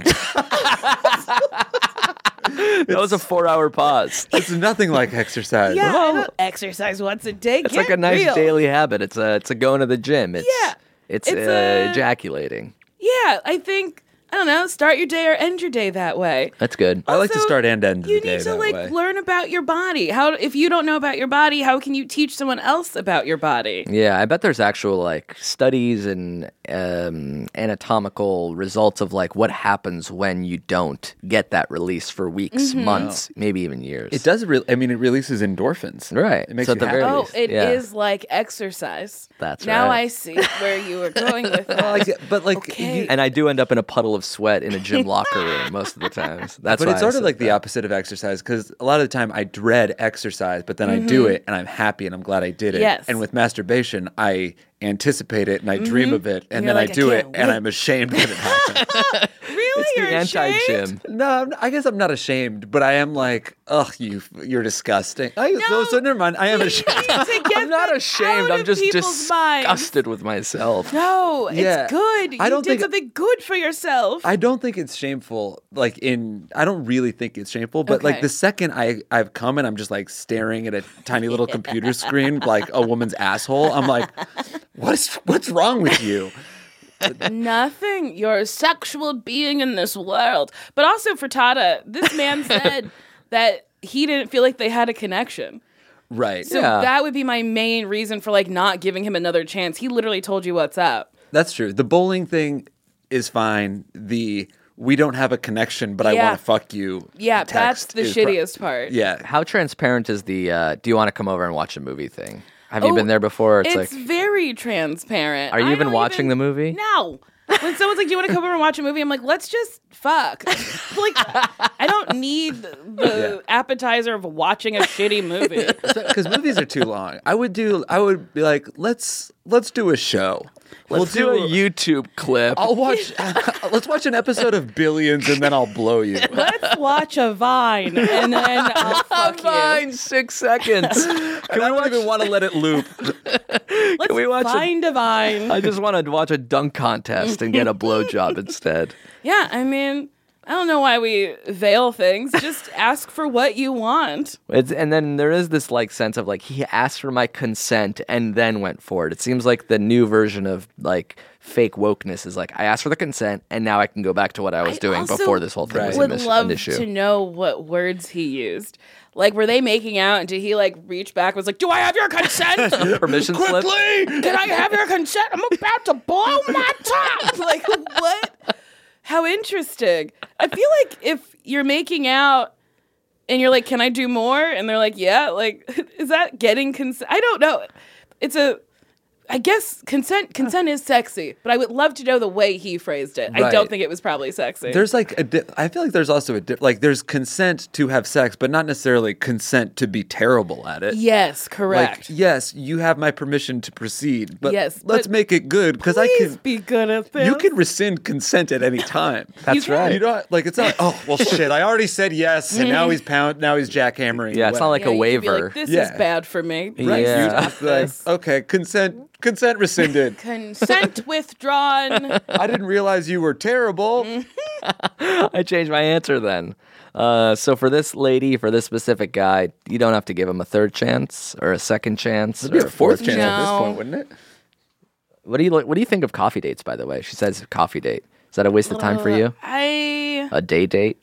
Speaker 2: That was a four hour pause.
Speaker 5: it's nothing like exercise.
Speaker 6: Yeah. I don't exercise once a day.
Speaker 2: It's like a nice daily habit. It's a it's a going to the gym. It's
Speaker 6: Yeah.
Speaker 2: it's,
Speaker 6: It's
Speaker 2: uh,
Speaker 6: a-
Speaker 2: ejaculating.
Speaker 6: Yeah, I think I don't know. Start your day or end your day that way.
Speaker 2: That's good.
Speaker 5: I like to
Speaker 6: Also,
Speaker 5: start and end the
Speaker 6: You
Speaker 5: day
Speaker 6: need to
Speaker 5: that
Speaker 6: like
Speaker 5: way.
Speaker 6: learn about your body. How if you don't know about your body, how can you teach someone else about your body?
Speaker 2: Yeah, I bet there's actual like studies and um, anatomical results of like what happens when you don't get that release for weeks,
Speaker 6: Mm-hmm.
Speaker 2: months, maybe even years.
Speaker 5: It does. Re- I mean, it releases endorphins.
Speaker 2: Right.
Speaker 5: It makes
Speaker 2: So
Speaker 5: you
Speaker 2: at the
Speaker 5: happy.
Speaker 2: very
Speaker 6: Oh,
Speaker 2: least,
Speaker 6: it is
Speaker 2: yeah.
Speaker 6: like exercise.
Speaker 2: That's
Speaker 6: now
Speaker 2: right.
Speaker 6: I see where you were going with that.
Speaker 5: Like, but like,
Speaker 6: Okay.
Speaker 5: you,
Speaker 2: And I do end up in a puddle of sweat in a gym locker room most of the times. That's
Speaker 5: but
Speaker 2: why
Speaker 5: it's
Speaker 2: I
Speaker 5: sort of
Speaker 2: said
Speaker 5: like the
Speaker 2: that.
Speaker 5: opposite of exercise because a lot of the time I dread exercise, but then I
Speaker 2: Mm-hmm.
Speaker 5: do it and I'm happy and I'm glad I did it.
Speaker 6: Yes.
Speaker 5: And with masturbation, I anticipate it and I
Speaker 2: Mm-hmm.
Speaker 5: dream of it, and
Speaker 6: you're
Speaker 5: then
Speaker 6: like,
Speaker 5: I
Speaker 6: "I
Speaker 5: do it
Speaker 6: can't
Speaker 5: and
Speaker 6: wait."
Speaker 5: I'm ashamed that it happened.
Speaker 6: really,
Speaker 2: It's
Speaker 6: you're
Speaker 2: the anti
Speaker 6: ashamed?
Speaker 2: gym.
Speaker 5: no, I'm, I guess I'm not ashamed, but I am like, ugh, you, you're disgusting. I, so,
Speaker 6: No.
Speaker 5: so never mind. I am ashamed.
Speaker 6: To get
Speaker 2: I'm not
Speaker 6: that
Speaker 2: ashamed.
Speaker 6: out
Speaker 2: I'm
Speaker 6: of
Speaker 2: just
Speaker 6: people's minds.
Speaker 2: disgusted with myself.
Speaker 6: No,
Speaker 5: Yeah.
Speaker 6: it's good. You
Speaker 5: I don't
Speaker 6: did
Speaker 5: think-
Speaker 6: something good for yourself.
Speaker 5: I don't think it's shameful. Like in, I don't really think it's shameful. But like
Speaker 6: Okay.
Speaker 5: the second I I've come and I'm just like staring at a tiny little computer screen, like a woman's asshole. I'm like, what's what's wrong with you?
Speaker 6: Nothing. You're a sexual being in this world. But also, Frittata, this man said that he didn't feel like they had a connection.
Speaker 5: Right.
Speaker 6: So that would be my main reason for like not giving him another chance. He literally told you what's up.
Speaker 5: That's true. The bowling thing is fine. The we don't have a connection, but I
Speaker 6: Yeah.
Speaker 5: want to fuck you.
Speaker 6: Yeah, that's
Speaker 5: text
Speaker 6: the
Speaker 5: is pro-
Speaker 6: shittiest part.
Speaker 5: yeah.
Speaker 2: How transparent is the uh, do you want to come over and watch a movie thing? Have you
Speaker 6: Oh,
Speaker 2: been there before? It's,
Speaker 6: It's,
Speaker 2: like,
Speaker 6: very transparent.
Speaker 2: are you
Speaker 6: I
Speaker 2: even
Speaker 6: don't
Speaker 2: watching the movie?
Speaker 6: No. When someone's like, "Do you want to come over and watch a movie?" I'm like, "Let's just fuck." like, I don't need the appetizer of watching a shitty movie.
Speaker 5: Because movies are too long. I would do. I would be like, let's let's do a show. we'll
Speaker 2: let's do a YouTube clip.
Speaker 5: I'll watch. let's watch an episode of Billions, and then I'll blow you.
Speaker 6: Let's watch a Vine and then I'll fuck you.
Speaker 2: Fine, six seconds.
Speaker 5: I don't even want to let it loop.
Speaker 6: Let's
Speaker 2: we watch a-
Speaker 6: find a Vine.
Speaker 2: I just want to watch a dunk contest and get a blowjob instead.
Speaker 6: Yeah, I mean, I don't know why we veil things. Just ask for what you want.
Speaker 2: It's, and then there is this like sense of like he asked for my consent and then went for it. It seems like the new version of like fake wokeness is like I asked for the consent and now I can go back to what I was doing
Speaker 6: also
Speaker 2: before this whole thing was
Speaker 6: Would
Speaker 2: an, is-
Speaker 6: love
Speaker 2: an issue.
Speaker 6: to know what words he used. Like, were they making out? And did he like reach back? And was like, "Do I have your consent?
Speaker 2: Permission slip.
Speaker 6: Can I have your consent? I'm about to blow my top." Like, what? How interesting. I feel like if you're making out and you're like, "Can I do more?" and they're like, "Yeah," like, is that getting consent? I don't know. It's a I guess consent consent is sexy, but I would love to know the way he phrased it. I
Speaker 5: Right.
Speaker 6: don't think it was probably sexy.
Speaker 5: There's like a. Di- I feel like there's also a di- like there's consent to have sex, but not necessarily consent to be terrible at it.
Speaker 6: yes,
Speaker 5: Like
Speaker 6: correct.
Speaker 5: yes, you have my permission to proceed, but
Speaker 6: Yes,
Speaker 5: let's
Speaker 6: but
Speaker 5: make it good because I
Speaker 6: Please
Speaker 5: can.
Speaker 6: be good at this.
Speaker 5: You can rescind consent at any time.
Speaker 2: That's
Speaker 6: can.
Speaker 2: right.
Speaker 5: You know, like it's not. Oh well, shit. I already said yes, and now he's pound. Now he's jackhammering.
Speaker 2: yeah, it's not like
Speaker 6: Yeah,
Speaker 2: a
Speaker 6: you could be
Speaker 2: waiver.
Speaker 6: Like, this
Speaker 5: Yeah.
Speaker 6: is bad for me.
Speaker 5: Right.
Speaker 2: Yeah.
Speaker 5: You're just like, okay, consent. Consent rescinded.
Speaker 6: Consent withdrawn.
Speaker 5: I didn't realize you were terrible.
Speaker 6: Mm-hmm.
Speaker 2: I changed my answer then. Uh, so for this lady, for this specific guy, you don't have to give him a third chance or a second chance or a fourth chance.
Speaker 5: at this
Speaker 6: No.
Speaker 5: point, wouldn't it?
Speaker 2: What do you what do you think of coffee dates? By the way, she says coffee date. Is that a waste of time for you?
Speaker 6: Uh, I
Speaker 2: A day date?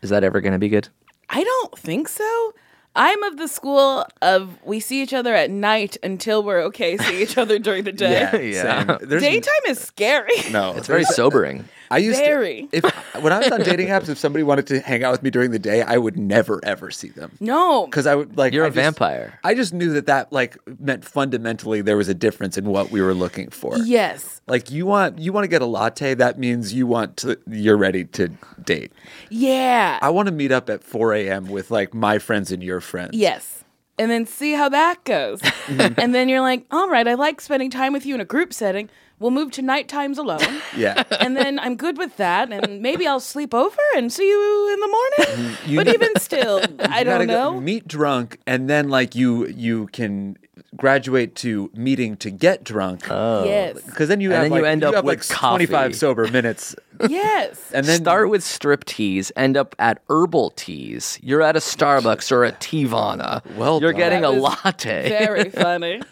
Speaker 2: Is that ever going to be good?
Speaker 6: I don't think so. I'm of the school of we see each other at night until we're okay seeing each other during the day.
Speaker 2: Yeah.
Speaker 5: same. There's
Speaker 6: Daytime is scary.
Speaker 5: No,
Speaker 2: It's very sobering.
Speaker 5: I used
Speaker 6: very.
Speaker 5: to. If when I was on dating apps, if somebody wanted to hang out with me during the day, I would never ever see them
Speaker 6: No.
Speaker 5: because I would like.
Speaker 2: You're
Speaker 5: a
Speaker 2: a vampire.
Speaker 5: I just knew that that like meant fundamentally there was a difference in what we were looking for.
Speaker 6: Yes.
Speaker 5: Like you want you want to get a latte, that means you want to you're ready to date.
Speaker 6: Yeah.
Speaker 5: I want to meet up at 4 a.m. with like my friends and your friends.
Speaker 6: Yes. And then see how that goes. and then you're like, all right, I like spending time with you in a group setting, We'll move to night times alone.
Speaker 5: Yeah.
Speaker 6: and then I'm good with that, and maybe I'll sleep over and see you in the morning.
Speaker 5: Mm-hmm. You-
Speaker 6: but even still, I don't
Speaker 5: gotta go
Speaker 6: know.
Speaker 5: meet drunk, and then like you you can graduate to meeting to get drunk.
Speaker 6: Yes,
Speaker 5: Because then you
Speaker 2: Oh. And
Speaker 5: have
Speaker 2: then
Speaker 5: like,
Speaker 2: you end up
Speaker 5: have, like
Speaker 2: with coffee.
Speaker 5: 25 sober minutes,
Speaker 6: yes.
Speaker 5: and then
Speaker 2: Start with strip teas, end up at herbal teas. You're at a Starbucks or a Tivana.
Speaker 5: Well
Speaker 2: You're
Speaker 5: done.
Speaker 2: getting a
Speaker 6: That was
Speaker 2: latte.
Speaker 6: Very funny.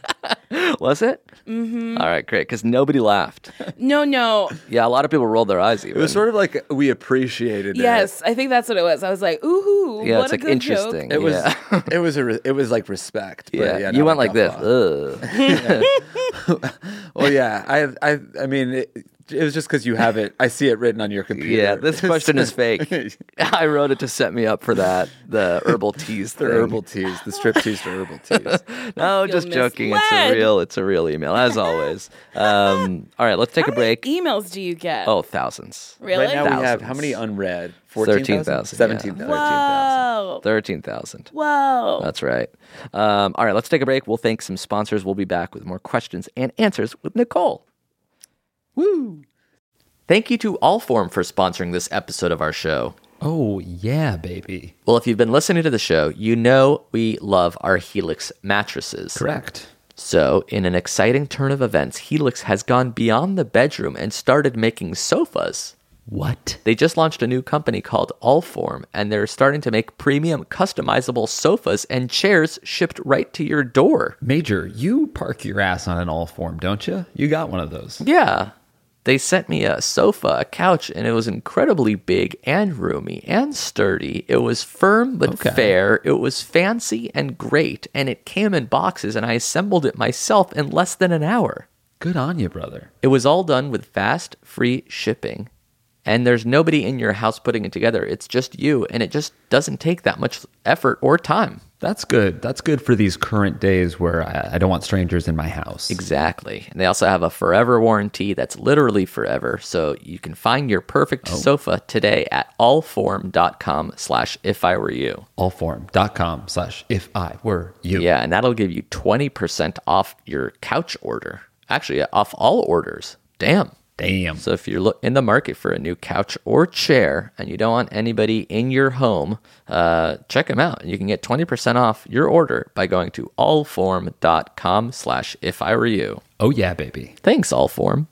Speaker 2: Was it? Mm-hmm. right, great. Because nobody laughed.
Speaker 6: No, no.
Speaker 2: Yeah, a lot of people rolled their eyes.
Speaker 5: It
Speaker 2: Even.
Speaker 5: was sort of like we appreciated. it.
Speaker 6: Yes, I think that's what it was. I was like, ooh,
Speaker 2: yeah,
Speaker 6: what
Speaker 2: it's
Speaker 6: a
Speaker 2: like
Speaker 6: good joke.
Speaker 2: interesting.
Speaker 5: It was.
Speaker 2: yeah.
Speaker 5: It was a. Re- it was like respect. but
Speaker 2: Yeah,
Speaker 5: yeah
Speaker 2: you
Speaker 5: not
Speaker 2: went like this.
Speaker 5: guffaw.
Speaker 2: Ugh.
Speaker 5: Well, yeah. I. I. I mean, it, it was just because you have it. I see it written on your computer.
Speaker 2: Yeah, this question is fake. I wrote it to set me up for that. The herbal teas,
Speaker 5: the herbal teas, the strip teas, the herbal teas.
Speaker 2: No, just joking. It's a
Speaker 6: misled.
Speaker 2: real, it's a real email as always. Um, all right, let's take a break.
Speaker 6: Emails do you get?
Speaker 2: Oh, thousands,
Speaker 6: really?
Speaker 5: Right now we have how
Speaker 2: Thousands.
Speaker 5: many unread?
Speaker 2: 13,000, yeah.
Speaker 5: 17,000.
Speaker 6: Whoa.
Speaker 2: thirteen thousand.
Speaker 6: Whoa.
Speaker 2: That's right. Um, all right, let's take a break. We'll thank some sponsors. We'll be back with more questions and answers with Nicole. Woo! Thank you to Allform for sponsoring this episode of our show.
Speaker 1: Oh, yeah, baby.
Speaker 2: Well, if you've been listening to the show, you know we love our Helix mattresses.
Speaker 1: Correct.
Speaker 2: So, in an exciting turn of events, Helix has gone beyond the bedroom and started making sofas.
Speaker 1: What?
Speaker 2: They just launched a new company called Allform, and they're starting to make premium customizable sofas and chairs shipped right to your door.
Speaker 1: Major, you park your ass on an all form, don't you? You got one of those.
Speaker 2: Yeah. They sent me a sofa, a couch, and it was incredibly big and roomy and sturdy. It was firm but
Speaker 1: Okay.
Speaker 2: fair. It was fancy and great, and it came in boxes, and I assembled it myself in less than an hour.
Speaker 1: Good on you, brother.
Speaker 2: It was all done with fast, free shipping. And there's nobody in your house putting it together. It's just you, and it just doesn't take that much effort or time.
Speaker 1: That's good. That's good for these current days where I, I don't want strangers in my house.
Speaker 2: Exactly. And they also have a forever warranty that's literally forever. So you can find your perfect sofa today at allform.com slash if I were you.
Speaker 1: Allform.com slash if I were you.
Speaker 2: Yeah, and that'll give you 20% off your couch order. Actually, off all orders. Damn.
Speaker 1: Damn.
Speaker 2: So if you're look in the market for a new couch or chair and you don't want anybody in your home, uh, check them out. You can get 20% off your order by going to allform.com slash if I were you.
Speaker 1: Oh, yeah, baby.
Speaker 2: Thanks, Allform.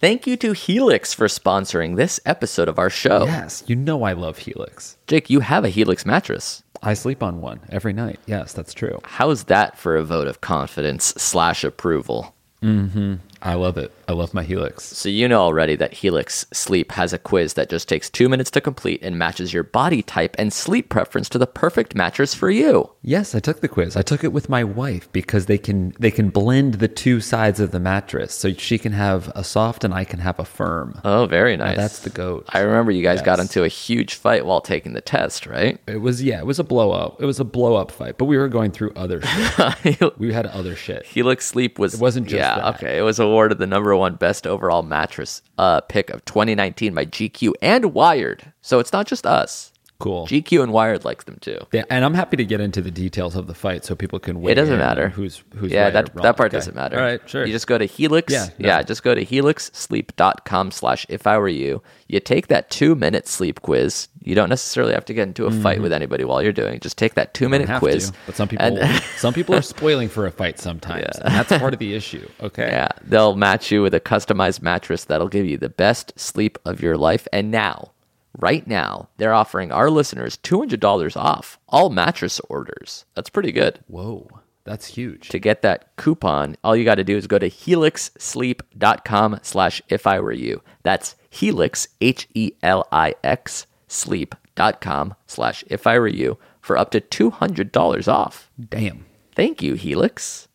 Speaker 2: Thank you to Helix for sponsoring this episode of our show.
Speaker 1: Yes, you know I love Helix.
Speaker 2: Jake, you have a Helix mattress.
Speaker 1: I sleep on one every night. Yes, that's true.
Speaker 2: How's that for a vote of confidence slash approval?
Speaker 1: I love it. I love my Helix.
Speaker 2: So you know already that Helix Sleep has a quiz that just takes two minutes to complete and matches your body type and sleep preference to the perfect mattress for you.
Speaker 1: Yes, I took the quiz. I took it with my wife because they can they can blend the two sides of the mattress, so she can have a soft and I can have a firm.
Speaker 2: Oh, very nice.
Speaker 1: that's the goat.
Speaker 2: I remember you guys got
Speaker 1: Yes.
Speaker 2: into a huge fight while taking the test, right?
Speaker 1: It was yeah, it was a blow up. It was a blow up fight, but we were going through other shit. we had other shit.
Speaker 2: Helix Sleep was
Speaker 1: It wasn't just
Speaker 2: yeah
Speaker 1: that.
Speaker 2: okay it was awarded the number one best overall mattress uh, pick of 2019 by GQ and Wired so it's not just us
Speaker 1: Cool.
Speaker 2: GQ and Wired likes them too
Speaker 1: Yeah, and I'm happy to get into the details of the fight so people can wait.
Speaker 2: it doesn't matter
Speaker 1: who's who's
Speaker 2: yeah
Speaker 1: right
Speaker 2: that
Speaker 1: or wrong.
Speaker 2: that part
Speaker 1: Okay.
Speaker 2: doesn't matter
Speaker 1: All right, sure.
Speaker 2: you just go to Helix
Speaker 1: Yeah, no.
Speaker 2: yeah just go to helixsleep.com slash if I were you you take that two minute sleep quiz you don't necessarily have to get into a fight with anybody while you're doing it just take that two minute
Speaker 1: Mm-hmm. have
Speaker 2: quiz
Speaker 1: to, but some people
Speaker 2: and-
Speaker 1: some people are spoiling for a fight sometimes, and that's part of the issue. Okay.
Speaker 2: Yeah, they'll match you with a customized mattress that'll give you the best sleep of your life. And now, right now, they're offering our listeners $200 off all mattress orders. That's pretty good.
Speaker 1: Whoa, that's huge.
Speaker 2: To get that coupon, all you got to do is go to helixsleep.com slash if I were you. That's helix, H E L I X, sleep.com slash if I were you for up to $200 off.
Speaker 1: Damn.
Speaker 2: Thank you, Helix.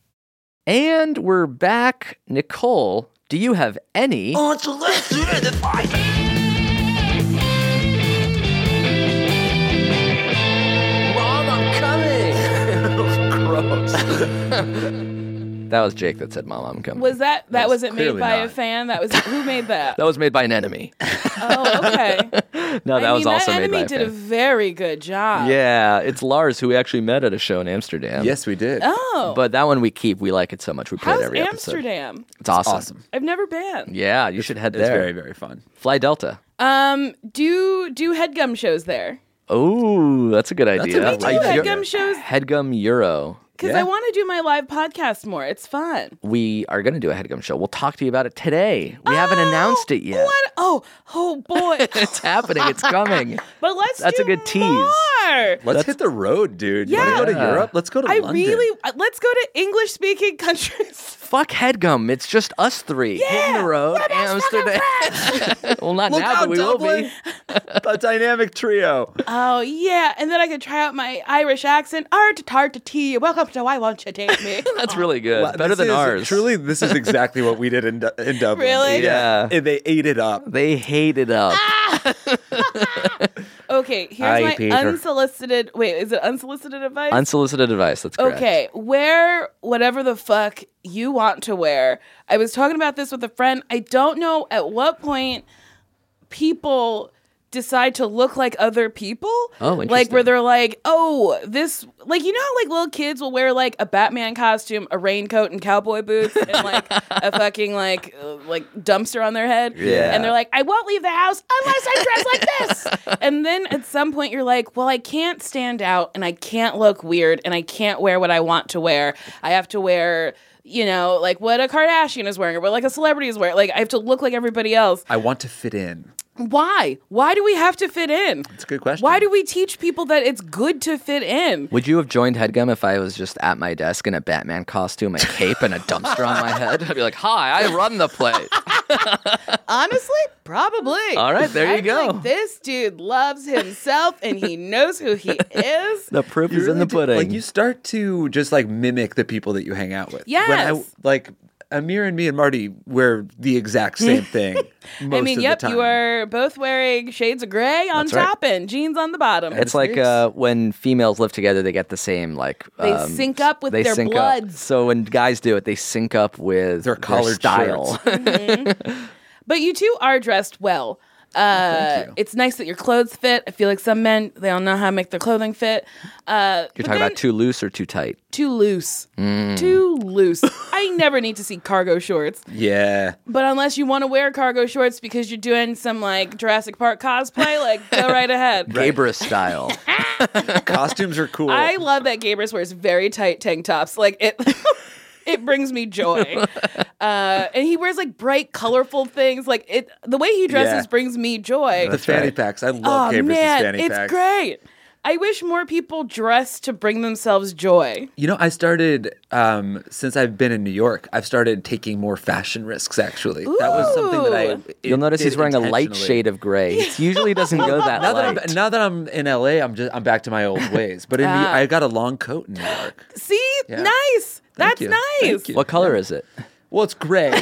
Speaker 2: And we're back. Nicole, do you have any?
Speaker 5: Oh,
Speaker 2: Mom, I'm coming. Gross. That was Jake that said, "Mom, I'm coming."
Speaker 6: Was that that
Speaker 5: was
Speaker 6: wasn't made
Speaker 5: clearly
Speaker 6: by a
Speaker 5: not.
Speaker 6: fan? That was who made that?
Speaker 2: that was made by an enemy.
Speaker 6: oh, okay.
Speaker 2: No, that
Speaker 6: I mean,
Speaker 2: was also
Speaker 6: that
Speaker 2: made
Speaker 6: enemy
Speaker 2: by a
Speaker 6: did a
Speaker 2: fan.
Speaker 6: very good job.
Speaker 2: Yeah, it's Lars who we actually met at a show in Amsterdam.
Speaker 5: Yes, we did.
Speaker 6: Oh,
Speaker 2: but that one we keep. We like it so much. We play
Speaker 6: how's
Speaker 2: it every episode.
Speaker 6: Amsterdam?
Speaker 2: It's awesome.
Speaker 5: Awesome.
Speaker 6: I've never been.
Speaker 2: Yeah, you should head
Speaker 5: It's
Speaker 2: there.
Speaker 5: very, very fun.
Speaker 2: Fly Delta.
Speaker 6: Um, do do headgum shows there
Speaker 2: Oh, that's a good idea.
Speaker 5: good
Speaker 6: idea.
Speaker 2: I-
Speaker 6: Headgum shows-
Speaker 2: Headgum Euro.
Speaker 6: because
Speaker 5: Yeah.
Speaker 6: I want to do my live podcast more. It's fun.
Speaker 2: We are going to do a headgum show. We'll talk to you about it today. We haven't announced it yet.
Speaker 6: Oh, What? Oh, oh boy!
Speaker 2: It's happening. It's coming.
Speaker 6: but let's.
Speaker 2: That's
Speaker 6: do
Speaker 2: a good tease.
Speaker 6: More.
Speaker 5: Let's hit the road, dude. You
Speaker 6: Yeah.
Speaker 5: want to go to
Speaker 2: Yeah.
Speaker 5: Europe? Let's go to
Speaker 6: I
Speaker 5: London.
Speaker 6: really uh, let's go to English speaking countries.
Speaker 2: Fuck headgum. It's just us three hitting the road, Amsterdam. well, not
Speaker 5: Look
Speaker 2: now,
Speaker 5: out,
Speaker 2: but we will
Speaker 5: Dublin.
Speaker 2: be.
Speaker 5: the dynamic trio.
Speaker 6: Oh yeah, and then I could try out my Irish accent. Art tart to tea. Welcome to Why Won't You Take Me?
Speaker 2: That's really good.
Speaker 5: Wow,
Speaker 2: Better
Speaker 5: this
Speaker 2: than
Speaker 5: is-
Speaker 2: ours.
Speaker 5: Truly, this is exactly what we did in, Du- in Dublin.
Speaker 6: Really?
Speaker 2: Yeah.
Speaker 5: And they ate it up.
Speaker 2: They hate it up.
Speaker 6: Okay, here's
Speaker 5: Aye,
Speaker 6: my
Speaker 5: Peter.
Speaker 6: unsolicited. Wait, is it unsolicited advice?
Speaker 2: Unsolicited advice. That's correct.
Speaker 6: Okay, wear whatever the fuck you want to wear. I was talking about this with a friend. I don't know at what point people decide to look like other people.
Speaker 2: Oh,
Speaker 6: Like where
Speaker 2: interesting.
Speaker 6: they're like, oh, this, like, you know how, like, little kids will wear, like, a Batman costume, a raincoat, and cowboy boots, and, like, a fucking, like, uh, like dumpster on their head?
Speaker 2: Yeah.
Speaker 6: And they're like, I won't leave the house unless I dress like this. and then at some point, you're like, well, I can't stand out and I can't look weird and I can't wear what I want to wear. I have to wear, you know, like what a Kardashian is wearing or what like a celebrity is wearing. Like, I have to look like everybody else.
Speaker 5: I want to fit in.
Speaker 6: Why? Why do we have to fit in?
Speaker 5: It's a good question.
Speaker 6: Why do we teach people that it's good to fit in?
Speaker 2: Would you have joined Headgum if I was just at my desk in a Batman costume, a cape, and a dumpster on my head? I'd be like, "Hi, I run the place."
Speaker 6: Honestly, probably.
Speaker 2: All right, there you
Speaker 6: I feel
Speaker 2: go.
Speaker 6: Like this dude loves himself and he knows who he is.
Speaker 2: The proof
Speaker 5: You
Speaker 2: is in
Speaker 5: really
Speaker 2: the
Speaker 5: do-
Speaker 2: pudding.
Speaker 5: Like you start to just like mimic the people that you hang out with. When I,
Speaker 6: Yes.
Speaker 5: like Amir and me and Marty wear the exact same thing. most
Speaker 6: I mean,
Speaker 5: of
Speaker 6: yep,
Speaker 5: the time.
Speaker 6: you are both wearing shades of gray on
Speaker 2: That's right.
Speaker 6: top and jeans on the bottom.
Speaker 2: it's like uh, when females live together, they get the same like
Speaker 6: They
Speaker 2: um,
Speaker 6: sync up with
Speaker 2: they
Speaker 6: their
Speaker 2: sync up.
Speaker 6: bloods.
Speaker 2: So when guys do it, they sync up with
Speaker 5: Their collared
Speaker 2: style.
Speaker 6: But you two are dressed well.
Speaker 2: Oh,
Speaker 6: Uh,
Speaker 5: you.
Speaker 6: It's nice that your clothes fit. I feel like some men they don't know how to make their clothing fit. Uh,
Speaker 2: You're talking about Mm. too loose or too tight.
Speaker 6: too loose, too loose. I never need to see cargo shorts,
Speaker 5: Yeah.
Speaker 6: but unless you want to wear cargo shorts because you're doing some like Jurassic Park cosplay, like go right ahead.
Speaker 2: Gabrus style.
Speaker 5: Costumes are cool.
Speaker 6: I love that Gabrus wears very tight tank tops. Like it, it brings me joy. Uh, and he wears like bright, colorful things. Like it, the way he dresses
Speaker 5: Yeah.
Speaker 6: brings me joy.
Speaker 5: the fanny packs. I love
Speaker 6: oh
Speaker 5: Gabrus's
Speaker 6: man,
Speaker 5: fanny
Speaker 6: it's
Speaker 5: packs.
Speaker 6: great. I wish more people dress to bring themselves joy.
Speaker 5: You know, I started um, since I've been in New York. I've started taking more fashion risks. Actually, that was something that I.
Speaker 6: Ooh.
Speaker 5: it
Speaker 2: You'll notice
Speaker 5: did
Speaker 2: he's wearing a light
Speaker 5: intentionally.
Speaker 2: shade of gray. It usually doesn't go that
Speaker 5: Now
Speaker 2: light.
Speaker 5: that, I'm, now that I'm in LA, I'm just I'm back to my old ways. But in New, I got a long coat in New York.
Speaker 6: See,
Speaker 5: Yeah.
Speaker 6: nice. That's
Speaker 5: you.
Speaker 6: nice.
Speaker 5: Thank you.
Speaker 2: what color is it?
Speaker 5: Well, it's gray.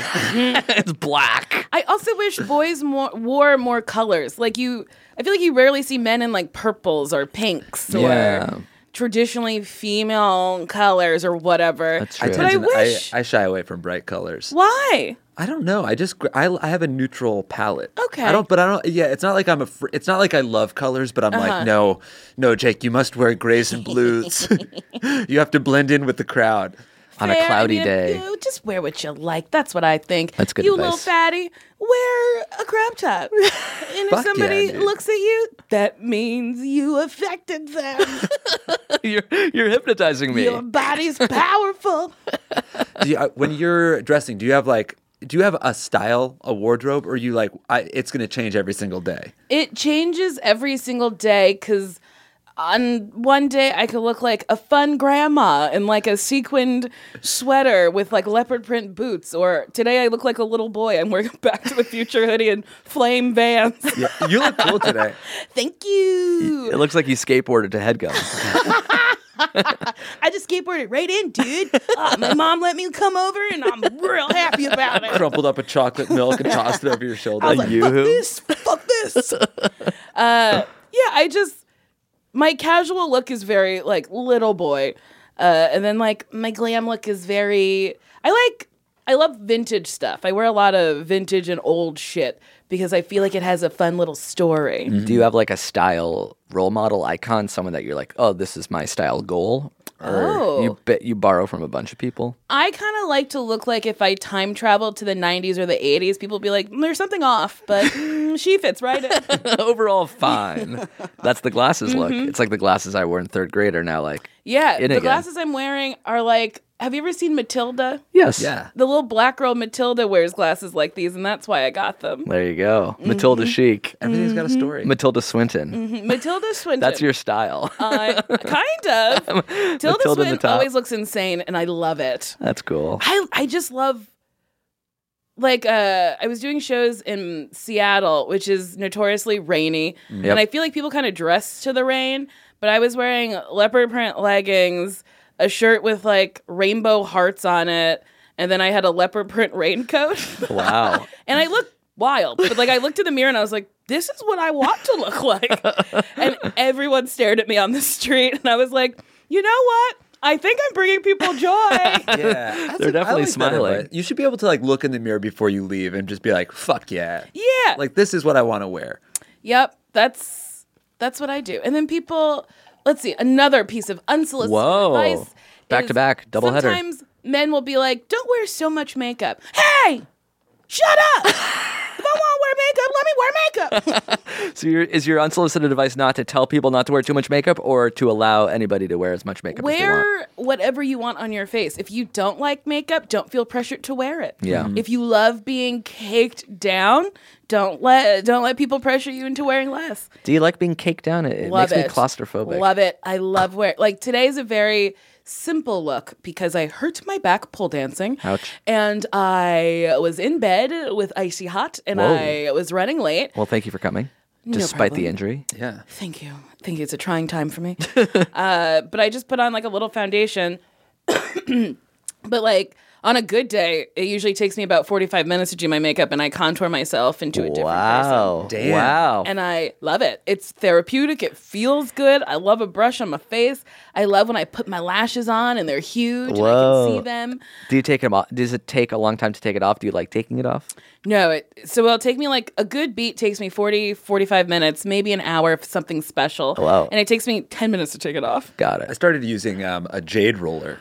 Speaker 2: It's black.
Speaker 6: I also wish boys more, wore more colors. Like you, I feel like you rarely see men in like purples or pinks or
Speaker 2: Yeah.
Speaker 6: traditionally female colors or whatever.
Speaker 2: That's
Speaker 5: I
Speaker 2: true.
Speaker 6: But I
Speaker 5: tend to, I,
Speaker 6: wish.
Speaker 5: I shy away from bright colors.
Speaker 6: Why?
Speaker 5: I don't know. I just gr- I, I have a neutral palette.
Speaker 6: Okay.
Speaker 5: I don't, but I don't. Yeah, it's not like I'm a. Fr- it's not like I love colors, but I'm
Speaker 6: Uh-huh.
Speaker 5: like, no, no, Jake, you must wear grays and blues. you have to blend in with the crowd.
Speaker 2: On a
Speaker 6: Fair, I
Speaker 2: cloudy
Speaker 6: mean,
Speaker 2: day.
Speaker 6: you just wear what you like. That's what I think.
Speaker 2: That's good
Speaker 6: You
Speaker 2: advice.
Speaker 6: little fatty, wear a crop top. and if
Speaker 5: Fuck yeah,
Speaker 6: somebody
Speaker 5: dude.
Speaker 6: looks at you, that means you affected them.
Speaker 2: you're, you're hypnotizing me.
Speaker 6: Your body's powerful.
Speaker 5: Do you, uh, when you're dressing, do you have like? Do you have a style, a wardrobe, or you like? I, it's going to change every single day.
Speaker 6: It changes every single day because on one day I could look like a fun grandma in like a sequined sweater with like leopard print boots, or today I look like a little boy. I'm wearing a Back to the Future hoodie and flame vans.
Speaker 5: Yeah, you look cool today.
Speaker 6: Thank you.
Speaker 2: It looks like you skateboarded to headgum.
Speaker 6: I just skateboarded right in, dude. Uh, my mom let me come over, and I'm real happy about it.
Speaker 5: Crumpled up a chocolate milk and tossed it over your shoulder.
Speaker 6: I was like, fuck this, fuck this. uh, yeah, I just my casual look is very like little boy, uh, and then like my glam look is very. I like I love vintage stuff. I wear a lot of vintage and old shit because I feel like it has a fun little story.
Speaker 2: Do you have like a style role model icon, someone that you're like, oh, this is my style goal? Or
Speaker 6: Oh.
Speaker 2: you bet you borrow from a bunch of people?
Speaker 6: I kind of like to look like if I time traveled to the 90s or the 80s, people would be like, "Mm, there's something off, but mm, she fits right in.
Speaker 2: Overall, fine. That's the glasses look.
Speaker 6: Mm-hmm.
Speaker 2: It's like the glasses I wore in third grade are now like,
Speaker 6: Yeah,
Speaker 2: In
Speaker 6: the
Speaker 2: again.
Speaker 6: glasses I'm wearing are like, have you ever seen Matilda?
Speaker 2: yes.
Speaker 5: Yeah.
Speaker 6: The little black girl Matilda wears glasses like these, and that's why I got them.
Speaker 2: There you go.
Speaker 6: Mm-hmm.
Speaker 2: Matilda Chic.
Speaker 5: Everything's got a story.
Speaker 2: Matilda Swinton.
Speaker 6: Matilda Swinton.
Speaker 2: That's your style.
Speaker 6: Mm-hmm. Uh, kind of.
Speaker 2: Matilda
Speaker 6: Tilda
Speaker 2: in the
Speaker 6: Swinton
Speaker 2: top.
Speaker 6: always looks insane, and I love it.
Speaker 2: That's cool.
Speaker 6: I I just love like uh I was doing shows in Seattle, which is notoriously rainy,
Speaker 2: Mm.
Speaker 6: and I feel like people kind of dress to the rain, but I was wearing leopard print leggings, a shirt with like rainbow hearts on it, and then I had a leopard print raincoat.
Speaker 2: Wow.
Speaker 6: And I looked wild, but like I looked in the mirror and I was like, this is what I want to look like. and everyone stared at me on the street and I was like, you know what? I think I'm bringing people joy.
Speaker 5: yeah, That's-
Speaker 2: They're definitely
Speaker 5: I like that advice.
Speaker 2: smiling.
Speaker 5: You should be able to like look in the mirror before you leave and just be like, "Fuck yeah!"
Speaker 6: yeah.
Speaker 5: Like this is what I want to wear.
Speaker 6: yep, that's that's what I do. And then people, let's see, another piece of unsolicited
Speaker 2: Whoa.
Speaker 6: advice.
Speaker 2: Back to
Speaker 6: is
Speaker 2: back, double header.
Speaker 6: Sometimes men will be like, don't wear so much makeup. Hey, shut up. if I want to wear makeup, let me wear makeup.
Speaker 2: so, your is your unsolicited advice not to tell people not to wear too much makeup or to allow anybody to wear as much makeup as they want?
Speaker 6: wear whatever you want on your face. If you don't like makeup, don't feel pressured to wear it.
Speaker 2: Yeah.
Speaker 6: If you love being caked down, don't let don't let people pressure you into wearing less.
Speaker 2: Do you like being caked down? It, it
Speaker 6: Love
Speaker 2: makes me
Speaker 6: it.
Speaker 2: claustrophobic.
Speaker 6: Love it. I love wear like today's a very simple look because I hurt my back pole dancing.
Speaker 2: Ouch.
Speaker 6: And I was in bed with icy hot and
Speaker 2: Whoa.
Speaker 6: I was running late.
Speaker 2: Well, thank you for coming,
Speaker 6: No
Speaker 2: despite the
Speaker 6: problem.
Speaker 2: injury.
Speaker 5: Yeah,
Speaker 6: Thank you. Thank you. It's a trying time for me. uh, but I just put on like a little foundation. but like on a good day, it usually takes me about 45 minutes to do my makeup and I contour myself into a different person.
Speaker 2: Wow.
Speaker 5: Damn.
Speaker 2: Wow.
Speaker 6: And I love it. It's therapeutic. It feels good. I love a brush on my face. I love when I put my lashes on and they're huge and I
Speaker 2: Whoa.
Speaker 6: can see them.
Speaker 2: Do you take them off? Does it take a long time to take it off? Do you like taking it off?
Speaker 6: No, it, so it'll take me like a good beat takes me 40, 45 minutes, maybe an hour if something's special.
Speaker 2: Wow.
Speaker 6: And it takes me 10 minutes to take it off.
Speaker 2: Got
Speaker 5: I
Speaker 2: it.
Speaker 5: started using um, a jade roller.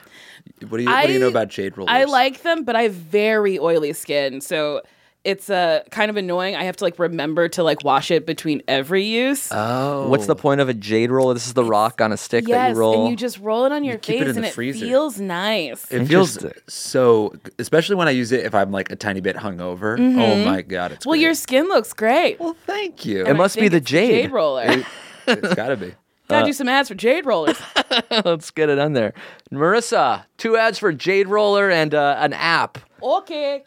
Speaker 5: What do you What do you know
Speaker 6: I-
Speaker 5: about jade rollers?
Speaker 6: I like them, but I have very oily skin, so it's uh, kind of annoying. I have to like remember to like wash it between every use.
Speaker 2: What's the point of a jade roller? This is the rock on a stick that
Speaker 6: yes,
Speaker 2: you roll.
Speaker 6: and you just roll it on your
Speaker 5: keep it
Speaker 6: face,
Speaker 5: in
Speaker 6: and
Speaker 5: the
Speaker 6: it
Speaker 5: freezer.
Speaker 6: feels nice.
Speaker 5: It feels
Speaker 2: Interesting.
Speaker 5: so, especially when I use it if I'm like a tiny bit hungover. Oh my god, it's
Speaker 6: Mm-hmm. well, Oh
Speaker 5: great.
Speaker 6: your skin looks great.
Speaker 5: well, thank you.
Speaker 2: It must
Speaker 6: I
Speaker 2: be
Speaker 6: think
Speaker 2: the
Speaker 6: it's jade
Speaker 2: jade.
Speaker 6: roller.
Speaker 5: it's gotta be.
Speaker 6: Gotta do some ads for jade rollers.
Speaker 2: Let's get it on there. Marissa, two ads for jade roller and uh, an app.
Speaker 6: okay,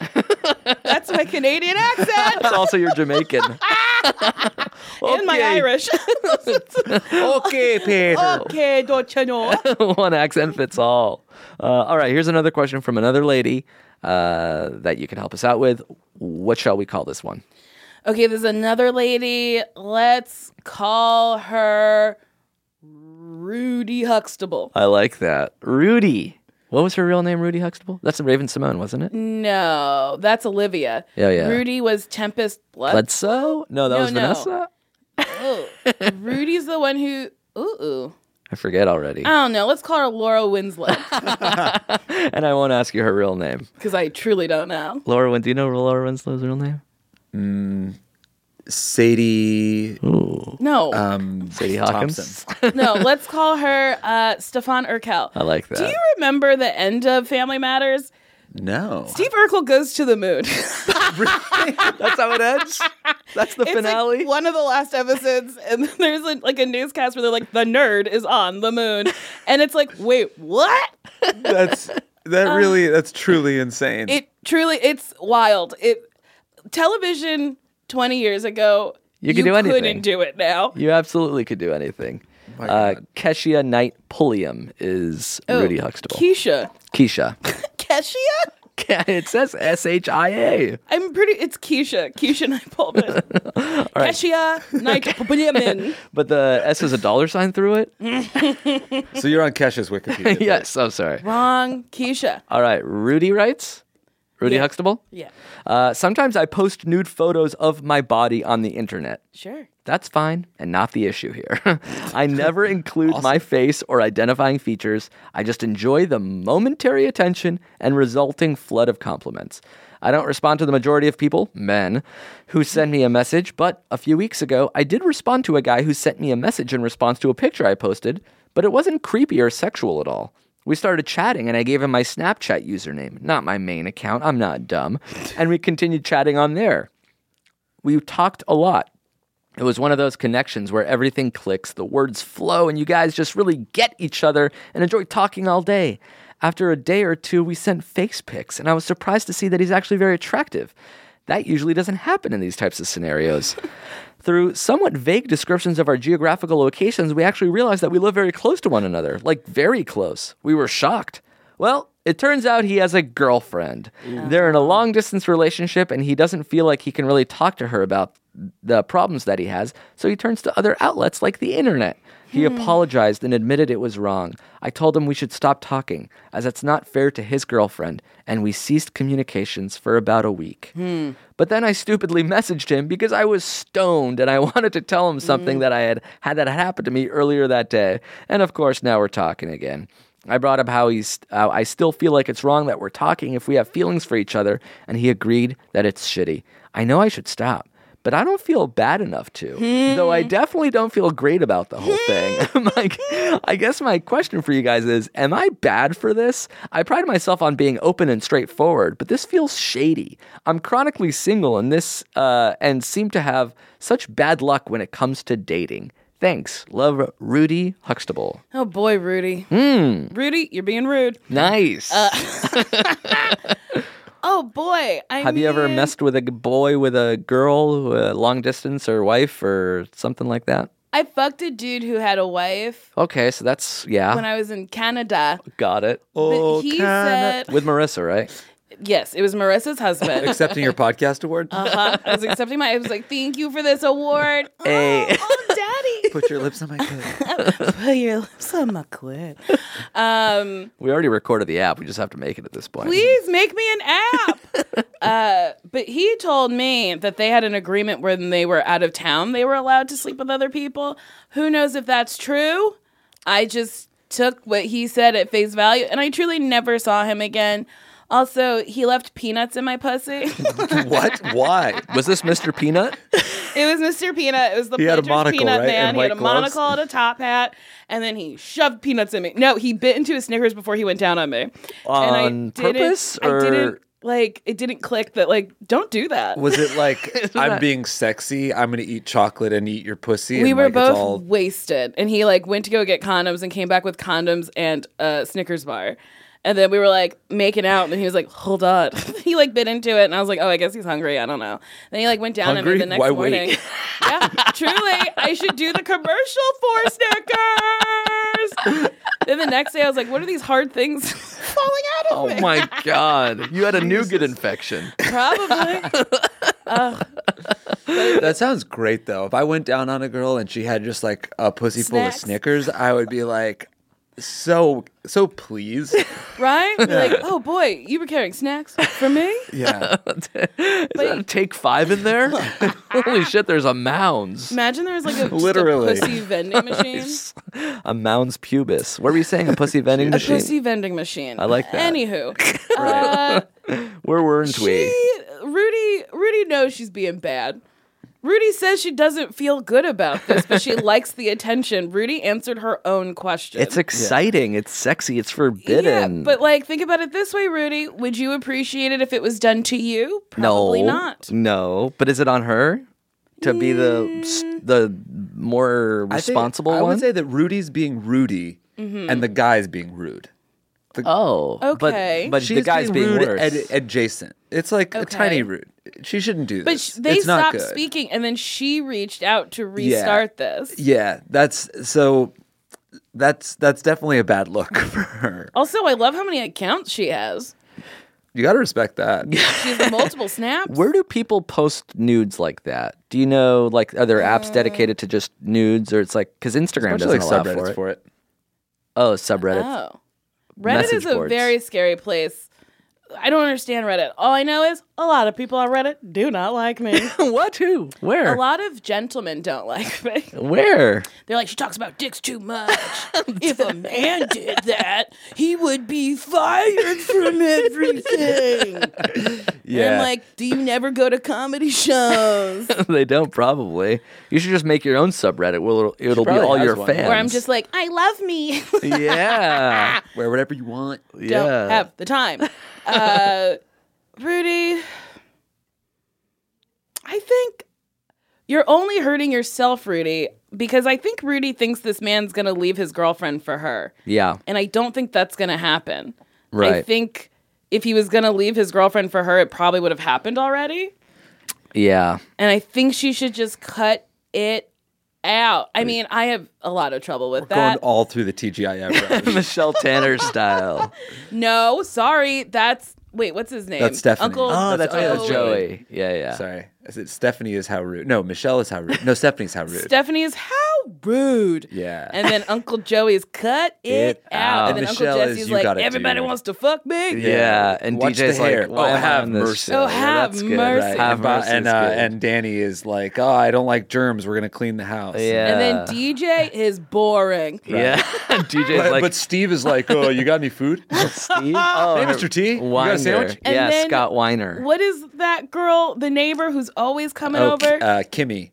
Speaker 6: that's my Canadian accent
Speaker 2: It's also your Jamaican.
Speaker 6: and my
Speaker 2: Okay.
Speaker 6: Irish.
Speaker 5: Okay, Peter.
Speaker 6: okay, don't you know?
Speaker 2: One accent fits all. Uh, all right, here's another question from another lady uh, that you can help us out with. What shall we call this one?
Speaker 6: Okay, there's another lady. Let's call her Rudy Huxtable.
Speaker 2: I like that. Rudy. What was her real name, Rudy Huxtable? That's Raven Simone, wasn't it?
Speaker 6: No, that's Olivia.
Speaker 2: Yeah, Oh, yeah.
Speaker 6: Rudy was Tempest Blood.
Speaker 2: Bledsoe? No, that
Speaker 6: No,
Speaker 2: was
Speaker 6: no.
Speaker 2: Vanessa?
Speaker 6: Oh, Rudy's the one who. Ooh, ooh.
Speaker 2: I forget already.
Speaker 6: I don't know. Let's call her Laura Winslet
Speaker 2: And I won't ask you her real name.
Speaker 6: because I truly don't know.
Speaker 2: Laura, Win- do you know Laura Winslow's real name?
Speaker 5: Sadie
Speaker 6: No,
Speaker 2: Uh.
Speaker 5: um,
Speaker 2: Sadie Hawkins?
Speaker 5: Thompson.
Speaker 6: no. Let's call her uh, Stefan Urkel.
Speaker 2: I like that.
Speaker 6: Do you remember the end of Family Matters?
Speaker 5: No.
Speaker 6: Steve Urkel goes to the moon.
Speaker 2: That's how it ends? That's the
Speaker 6: It's
Speaker 2: finale?
Speaker 6: like one of the last episodes, and then there's a, like a newscast where they're like, "The nerd is on the moon," and it's like, "Wait, what?"
Speaker 5: that's that really that's truly insane.
Speaker 6: Oh. It truly, it's wild. It television twenty years ago,
Speaker 2: You could do anything.
Speaker 6: Couldn't do it now.
Speaker 2: You absolutely could do anything. Uh, Keshia
Speaker 6: Oh,
Speaker 2: Knight Pulliam is Rudy Huxtable.
Speaker 6: Keisha,
Speaker 2: Keisha.
Speaker 6: Keshia,
Speaker 2: it says S H I A.
Speaker 6: I'm pretty. It's Keisha. Keisha Knight Pullman. Keisha Knight Pullman.
Speaker 2: But the S is a dollar sign through it?
Speaker 5: So you're on Kesha's Wikipedia.
Speaker 2: yes, I'm sorry.
Speaker 6: Wrong. Keisha.
Speaker 2: All right, Rudy writes. Rudy Huxtable?
Speaker 6: Yeah.
Speaker 2: Uh, sometimes I post nude photos of my body on the internet.
Speaker 6: Sure.
Speaker 2: That's fine and not the issue here. I never include my face or identifying features. I just enjoy the momentary attention and resulting flood of compliments. I don't respond to the majority of people, men, who send me a message, but a few weeks ago, I did respond to a guy who sent me a message in response to a picture I posted, but it wasn't creepy or sexual at all. We started chatting, and I gave him my Snapchat username, not my main account. I'm not dumb. And we continued chatting on there. We talked a lot. It was one of those connections where everything clicks, the words flow, and you guys just really get each other and enjoy talking all day. After a day or two, we sent face pics, and I was surprised to see that he's actually very attractive. That usually doesn't happen in these types of scenarios. Through somewhat vague descriptions of our geographical locations, we actually realized that we live very close to one another, like very close. We were shocked. Well, it turns out he has a girlfriend. They're in a long distance relationship, and he doesn't feel like he can really talk to her about the problems that he has, so he turns to other outlets like the internet. He apologized and admitted it was wrong. I told him we should stop talking, as that's not fair to his girlfriend, and we ceased communications for about a week. But then I stupidly messaged him because I was stoned and I wanted to tell him something that I had had that had happened to me earlier that day. And of course, now we're talking again. I brought up how he's. Uh, I still feel like it's wrong that we're talking if we have feelings for each other, and he agreed that it's shitty. I know I should stop, but I don't feel bad enough to.
Speaker 6: Hmm.
Speaker 2: Though I definitely don't feel great about the whole thing. I'm like, I guess my question for you guys is: Am I bad for this? I pride myself on being open and straightforward, but this feels shady. I'm chronically single, and this uh, and seem to have such bad luck when it comes to dating. Thanks, love, Rudy Huxtable.
Speaker 6: Oh boy, Rudy.
Speaker 2: Hmm.
Speaker 6: Rudy, you're being rude.
Speaker 2: Nice.
Speaker 6: Uh, Oh boy. I
Speaker 2: Have you ever
Speaker 6: mean-
Speaker 2: messed with a g- boy with a girl, uh, long distance or wife or something like that?
Speaker 6: I fucked a dude who had a wife
Speaker 2: Okay, so that's yeah,
Speaker 6: when I was in Canada.
Speaker 2: got it.
Speaker 6: But he said,
Speaker 2: With Marissa, right?
Speaker 6: yes, it was Marissa's husband.
Speaker 5: Accepting your podcast award.
Speaker 6: Uh-huh. I was accepting my. I was like, "Thank you for this award."
Speaker 2: Hey.
Speaker 6: Oh, oh, daddy,
Speaker 5: Put your lips on my clit.
Speaker 6: put your lips on my clit. Um,
Speaker 2: We already recorded the app. We just have to make it at this point.
Speaker 6: please make me an app. uh, but he told me that they had an agreement when they were out of town, they were allowed to sleep with other people. Who knows if that's true? I just took what he said at face value, and I truly never saw him again. Also, he left peanuts in my pussy.
Speaker 5: what? Why?
Speaker 2: Was this Mr. Peanut?
Speaker 6: It was Mr. Peanut. It was the
Speaker 5: He had a
Speaker 6: Planters
Speaker 5: monocle,
Speaker 6: Peanut
Speaker 5: right,
Speaker 6: Man.
Speaker 5: and
Speaker 6: He had a
Speaker 5: white gloves?
Speaker 6: monocle and a top hat, and then he shoved peanuts in me. No, he bit into his Snickers before he went down on me.
Speaker 2: On
Speaker 6: and I didn't,
Speaker 2: purpose, or-
Speaker 6: I didn't like. It didn't click that. Like, don't do that.
Speaker 5: Was it like I'm
Speaker 2: that-
Speaker 5: being sexy? I'm gonna eat chocolate and eat your pussy.
Speaker 6: we
Speaker 5: and,
Speaker 6: were
Speaker 5: like,
Speaker 6: both
Speaker 5: It's all...
Speaker 6: wasted, and he like went to go get condoms and came back with condoms and a Snickers bar. And then we were like making out, and then he was like, "Hold on." he like bit into it, and I was like, "Oh, I guess he's hungry. I don't know." Then he like went down on
Speaker 5: Hungry?
Speaker 6: me the next
Speaker 5: Why wait?
Speaker 6: morning. yeah, truly, I should do the commercial for Snickers. then the next day, I was like, "What are these hard things falling out of me?"
Speaker 2: Oh my God! You had a nougat infection.
Speaker 6: Probably.
Speaker 5: That sounds great though. If I went down on a girl and she had just like a pussy full of
Speaker 6: Snacks.
Speaker 5: Snickers, I would be like, so so pleased.
Speaker 6: Right? You're Like, oh boy, you were carrying snacks for me?
Speaker 5: Yeah.
Speaker 2: Is that a take five in there? Holy shit! There's a mounds.
Speaker 6: Imagine there was like a, just a
Speaker 5: Literally.
Speaker 6: pussy vending machine.
Speaker 2: A mounds pubis. What were you saying? A pussy vending
Speaker 6: A
Speaker 2: machine.
Speaker 6: pussy vending machine. I
Speaker 2: like that.
Speaker 6: Anywho, uh,
Speaker 2: Where weren't we?
Speaker 6: she, Rudy, Rudy knows she's being bad. Rudy says she doesn't feel good about this, but she likes the attention. Rudy answered her own question.
Speaker 2: It's exciting. It's sexy. It's forbidden.
Speaker 6: Yeah, but like, think about it this way, Rudy. Would you appreciate it if it was done to you? Probably
Speaker 2: no,
Speaker 6: not.
Speaker 2: No, but is it on her to be the s-
Speaker 6: Mm.
Speaker 2: the more
Speaker 5: I think-
Speaker 2: responsible
Speaker 5: I
Speaker 2: one?
Speaker 5: would say that Rudy's being Rudy
Speaker 6: Mm-hmm.
Speaker 5: and the guy's being rude.
Speaker 2: oh,
Speaker 6: Okay.
Speaker 2: But, but the guy's being,
Speaker 5: rude
Speaker 2: worse.
Speaker 5: ad- adjacent. It's like a
Speaker 6: Okay.
Speaker 5: tiny rude. She shouldn't do
Speaker 6: But
Speaker 5: this.
Speaker 6: sh- they
Speaker 5: it's not
Speaker 6: stopped
Speaker 5: good.
Speaker 6: speaking, and then she reached out to restart this.
Speaker 5: Yeah, that's so. That's that's definitely a bad look for her.
Speaker 6: Also, I love how many accounts she has.
Speaker 5: You got to respect that.
Speaker 6: She's the multiple snaps.
Speaker 2: Where do people post nudes like that? Do you know, like, are there apps dedicated to just nudes, or it's like because Instagram
Speaker 5: Bunch of,
Speaker 2: doesn't allow
Speaker 5: subreddits
Speaker 2: for it?
Speaker 5: for it.
Speaker 2: Oh, subreddits.
Speaker 6: Oh. Reddit
Speaker 2: Message
Speaker 6: is a
Speaker 2: boards.
Speaker 6: very scary place. I don't understand Reddit. All I know is a lot of people on Reddit do not like me.
Speaker 2: what? Who?
Speaker 6: Oh. a
Speaker 2: Where?
Speaker 6: lot of gentlemen don't like me.
Speaker 2: Where?
Speaker 6: They're like, she talks about dicks too much. if a man did that, he would be fired from everything. And
Speaker 5: Yeah.
Speaker 6: I'm like, do you never go to comedy shows?
Speaker 2: they don't probably. You should just make your own subreddit. Well, it'll, it'll be
Speaker 5: probably
Speaker 2: all
Speaker 5: has
Speaker 2: your
Speaker 5: one.
Speaker 2: fans.
Speaker 6: Where I'm just like, I love me.
Speaker 2: yeah,
Speaker 5: Wear whatever you want.
Speaker 6: don't
Speaker 2: yeah.
Speaker 6: have the time. Uh, Rudy, I think you're only hurting yourself, Rudy, because I think Rudy thinks this man's going to leave his girlfriend for her.
Speaker 2: yeah.
Speaker 6: And I don't think that's going to happen. I
Speaker 2: Right.
Speaker 6: think if he was going to leave his girlfriend for her, it probably would have happened already.
Speaker 2: Yeah.
Speaker 6: And I think she should just cut it out. I mean, I have a lot of trouble with
Speaker 5: Going
Speaker 6: that.
Speaker 5: all through the TGIF. route.
Speaker 2: Michelle Tanner style.
Speaker 6: no, sorry. That's. Wait, what's his name?
Speaker 5: That's Stephanie.
Speaker 6: Uncle
Speaker 2: Oh, that's
Speaker 5: yeah,
Speaker 2: oh,
Speaker 5: Joey.
Speaker 2: Joey. Yeah, yeah.
Speaker 5: Sorry. I said Stephanie is how rude. No, Michelle is how rude. No, Stephanie's how rude.
Speaker 6: Stephanie is how rude.
Speaker 5: Yeah.
Speaker 6: And then Uncle Joey's cut it,
Speaker 5: It
Speaker 6: out.
Speaker 2: out.
Speaker 6: And then
Speaker 5: Michelle
Speaker 6: Uncle
Speaker 5: is,
Speaker 6: Jesse's
Speaker 5: "You
Speaker 6: like,
Speaker 5: gotta do
Speaker 6: everybody
Speaker 5: it."
Speaker 6: wants to fuck me.
Speaker 2: Yeah. And
Speaker 5: Watch
Speaker 2: DJ's
Speaker 5: the hair.
Speaker 2: like, why
Speaker 5: oh,
Speaker 2: am I
Speaker 5: have
Speaker 2: on this
Speaker 5: mercy.
Speaker 2: show?
Speaker 6: Oh, have
Speaker 2: that's good,
Speaker 6: mercy.
Speaker 2: right?
Speaker 5: And,
Speaker 2: Have
Speaker 5: Bob-
Speaker 2: mercy.
Speaker 5: and,
Speaker 2: is
Speaker 5: uh,
Speaker 2: good.
Speaker 5: and Danny is like, oh, I don't like germs. We're gonna clean the house.
Speaker 2: yeah.
Speaker 6: And then DJ is boring.
Speaker 2: Yeah. DJ's
Speaker 5: But,
Speaker 2: like,
Speaker 5: but Steve is like, oh, you got any food?
Speaker 2: Steve? Oh,
Speaker 5: hey, Mr. T, you got
Speaker 2: Weiner.
Speaker 5: a sandwich?
Speaker 6: And
Speaker 2: yeah,
Speaker 6: then-
Speaker 2: Scott Weiner.
Speaker 6: What is that girl, the neighbor who's always coming
Speaker 5: Oh,
Speaker 6: over?
Speaker 5: uh, Kimmy.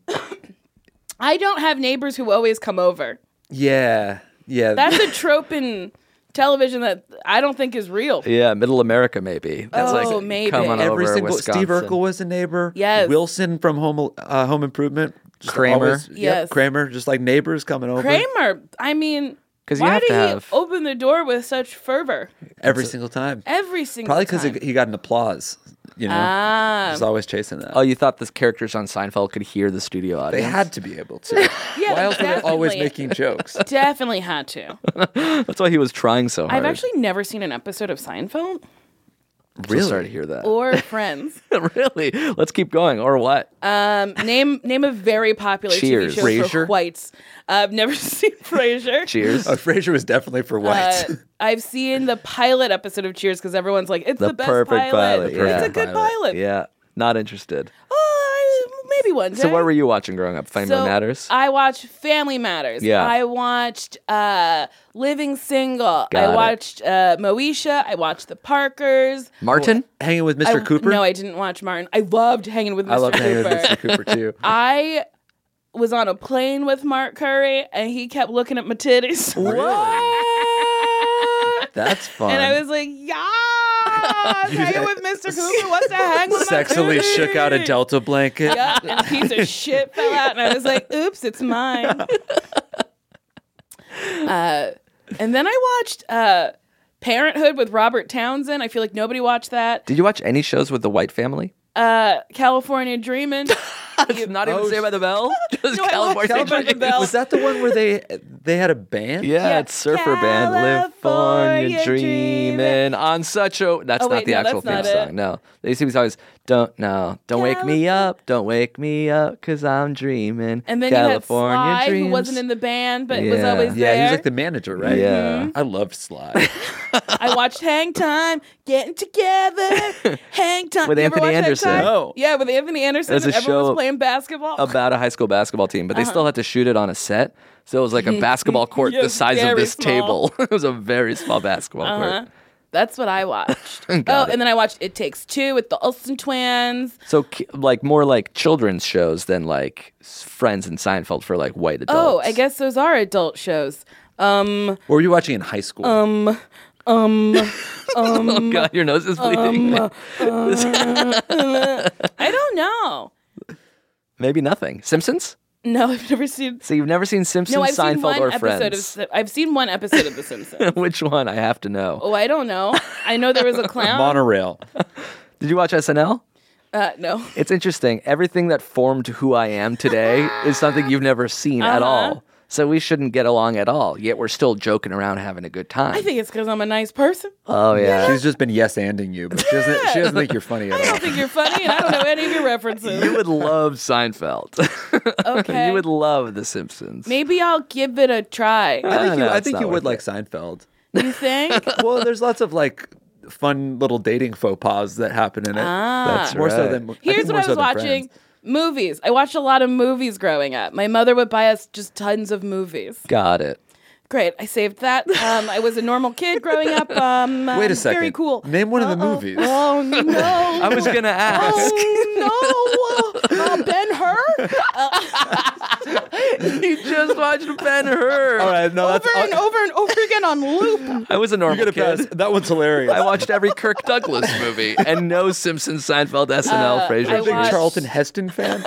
Speaker 6: I don't have neighbors who always come over.
Speaker 5: Yeah, yeah.
Speaker 6: That's a trope in television that I don't think is real.
Speaker 2: Yeah, Middle America maybe. That's
Speaker 6: Oh,
Speaker 2: like,
Speaker 6: maybe.
Speaker 2: Come on
Speaker 5: every
Speaker 2: over,
Speaker 5: single
Speaker 2: Wisconsin.
Speaker 5: Steve Urkel was a neighbor.
Speaker 6: Yes.
Speaker 5: Wilson from Home uh, Home Improvement. Just
Speaker 2: Kramer.
Speaker 5: always- yep,
Speaker 6: Yes.
Speaker 5: Kramer. Just like neighbors coming over.
Speaker 6: Kramer, I mean,
Speaker 2: 'Cause you
Speaker 6: why
Speaker 2: have
Speaker 6: did
Speaker 2: to
Speaker 6: he
Speaker 2: have-
Speaker 6: open the door with such fervor
Speaker 5: every single time.
Speaker 6: every single
Speaker 5: Probably
Speaker 6: time?
Speaker 5: because he got an applause. You know,
Speaker 6: Ah.
Speaker 5: he's always chasing that.
Speaker 2: Oh, you thought the characters on Seinfeld could hear the studio
Speaker 5: they
Speaker 2: audience?
Speaker 5: had to be able to.
Speaker 6: Yeah,
Speaker 5: Why else were they always
Speaker 6: definitely.
Speaker 5: making jokes?
Speaker 6: Definitely had to.
Speaker 2: That's why he was trying so hard.
Speaker 6: I've actually never seen an episode of Seinfeld
Speaker 2: So sorry to hear that.
Speaker 6: or Friends.
Speaker 2: really? Let's keep going. Or what?
Speaker 6: Um, name name a very popular
Speaker 2: Cheers.
Speaker 6: TV show for
Speaker 5: Frasier?
Speaker 6: whites. I've never seen Frasier.
Speaker 2: Cheers.
Speaker 5: Uh, Frasier was definitely for
Speaker 6: Uh,
Speaker 5: whites.
Speaker 6: I've seen the pilot episode of Cheers because everyone's like, it's the,
Speaker 2: The
Speaker 6: best
Speaker 2: perfect pilot, The
Speaker 6: It's
Speaker 2: perfect
Speaker 6: a good
Speaker 5: pilot,
Speaker 6: pilot.
Speaker 2: yeah. Not interested.
Speaker 6: Oh, I- maybe one day.
Speaker 2: So what were you watching growing up? Family
Speaker 6: So
Speaker 2: Matters?
Speaker 6: I watched Family Matters.
Speaker 2: Yeah.
Speaker 6: I watched uh, Living Single.
Speaker 2: Got
Speaker 6: I
Speaker 2: it.
Speaker 6: watched uh, Moesha. I watched The Parkers.
Speaker 2: Martin?
Speaker 5: Hanging with
Speaker 6: I-
Speaker 5: Mr. Cooper.
Speaker 6: No, I didn't watch Martin. I loved hanging with Mr.
Speaker 5: I love hanging with
Speaker 6: Cooper.
Speaker 5: Mr. Cooper too.
Speaker 6: I was on a plane with Mark Curry, and he kept looking at my titties. What?
Speaker 5: That's fun.
Speaker 6: And I was like, yeah, hanging with Mr. Cooper. What's the hang with my
Speaker 5: sexily
Speaker 6: titties?"
Speaker 5: shook out a Delta blanket.
Speaker 6: Yeah, and a piece of shit fell out, and I was like, "Oops, it's mine." Uh, and then I watched uh, Parenthood with Robert Townsend. I feel like nobody watched that.
Speaker 2: Did you watch any shows with the White family?
Speaker 6: Uh, California Dreamin'.
Speaker 2: It's not even Saved by the Bell. Just
Speaker 6: No, I love Saved by the Bell.
Speaker 5: Was that the one where they they had a band?
Speaker 2: Yeah,
Speaker 6: Yeah.
Speaker 2: it's Surfer Band. Live for
Speaker 6: California
Speaker 2: your dreaming on such a. That's
Speaker 6: Oh,
Speaker 2: not
Speaker 6: wait,
Speaker 2: the
Speaker 6: no,
Speaker 2: actual theme
Speaker 6: that's not it.
Speaker 2: song. No, they see was always don't no, don't wake me up, don't wake me up, cause I'm dreaming.
Speaker 6: And then
Speaker 2: California
Speaker 6: you had Sly,
Speaker 2: dreams.
Speaker 6: who wasn't in the band, but was
Speaker 2: Yeah.
Speaker 6: always
Speaker 5: Yeah,
Speaker 6: there.
Speaker 5: he was like the manager, right?
Speaker 2: Yeah.
Speaker 6: Mm-hmm.
Speaker 5: I loved Sly.
Speaker 6: I watched Hang Time, Getting Together, Hang Time.
Speaker 2: With
Speaker 6: You ever
Speaker 2: Anthony
Speaker 6: watch Hang
Speaker 2: Anderson.
Speaker 6: Time?
Speaker 5: No.
Speaker 6: Yeah, with Anthony Anderson.
Speaker 2: There's a
Speaker 6: and everyone
Speaker 2: show
Speaker 6: was playing basketball.
Speaker 2: about a high school basketball team,
Speaker 6: Uh-huh.
Speaker 2: but they still had to shoot it on a set. So it was like a basketball court
Speaker 6: Yeah,
Speaker 2: the size of
Speaker 6: very
Speaker 2: this
Speaker 6: small. Uh-huh.
Speaker 2: table. it was a very small basketball court.
Speaker 6: That's what I watched. oh, and then I watched It Takes Two with the Olsen twins.
Speaker 2: So ki- like more like children's shows than like s- Friends and Seinfeld for like white adults.
Speaker 6: Oh, I guess those are adult shows. Um,
Speaker 5: What were you watching in high school?
Speaker 2: Oh God, your nose is bleeding.
Speaker 6: um, I don't know.
Speaker 2: Maybe nothing. Simpsons.
Speaker 6: No, I've never seen.
Speaker 2: So you've never seen Simpsons,
Speaker 6: No, I've
Speaker 2: Seinfeld,
Speaker 6: seen one
Speaker 2: or
Speaker 6: episode of.
Speaker 2: Friends?
Speaker 6: Sim- I've seen one episode of The Simpsons.
Speaker 2: Which one? I have to know.
Speaker 6: Oh, I don't know. I know there was a clown.
Speaker 5: Monorail.
Speaker 2: Did you watch SNL?
Speaker 6: uh, no. Uh-huh.
Speaker 2: It's interesting. Everything that formed who I am today is something you've never seen at all. So we shouldn't get along at all. Yet we're still joking around, having a good time.
Speaker 6: I think it's because I'm a nice person.
Speaker 2: oh yeah.
Speaker 5: She's just been yes anding you, but she doesn't, she doesn't think you're funny
Speaker 6: I don't
Speaker 5: at all.
Speaker 6: think you're funny, and I don't know any of your
Speaker 2: You
Speaker 6: references.
Speaker 2: would love Seinfeld.
Speaker 6: Okay.
Speaker 2: you would love The Simpsons.
Speaker 6: Maybe I'll give it a try.
Speaker 5: I think you,
Speaker 2: no,
Speaker 5: I
Speaker 2: it's
Speaker 5: think
Speaker 2: not
Speaker 5: you would like
Speaker 2: worth
Speaker 5: Seinfeld.
Speaker 6: You think?
Speaker 5: Well, there's lots of like fun little dating faux pas that happen in it.
Speaker 6: Ah.
Speaker 5: That's more so
Speaker 2: right.
Speaker 5: than I think
Speaker 6: Here's what
Speaker 5: more
Speaker 6: I
Speaker 5: so
Speaker 6: was
Speaker 5: than
Speaker 6: watching.
Speaker 5: Friends.
Speaker 6: Movies. I watched a lot of movies growing up. My mother would buy us just tons of movies.
Speaker 2: Got it.
Speaker 6: Great, I saved that. Um, I was a normal kid growing up. Um,
Speaker 5: Wait a
Speaker 6: I'm
Speaker 5: second.
Speaker 6: Very cool.
Speaker 5: Name one of the
Speaker 6: Uh-oh.
Speaker 5: movies.
Speaker 6: Oh no!
Speaker 2: I was gonna ask.
Speaker 6: Oh no! Uh, ben Hur.
Speaker 2: you just watched Ben Hur.
Speaker 5: All right, no, that's
Speaker 6: over and over and over again on loop.
Speaker 2: I was a
Speaker 5: You're
Speaker 2: normal
Speaker 5: gonna
Speaker 2: kid.
Speaker 5: pass. That one's hilarious.
Speaker 2: I watched every Kirk Douglas movie and no Simpsons, Seinfeld, SNL,
Speaker 6: Uh, I
Speaker 2: Frasier.
Speaker 5: Big
Speaker 6: watched-
Speaker 5: Charlton Heston fan.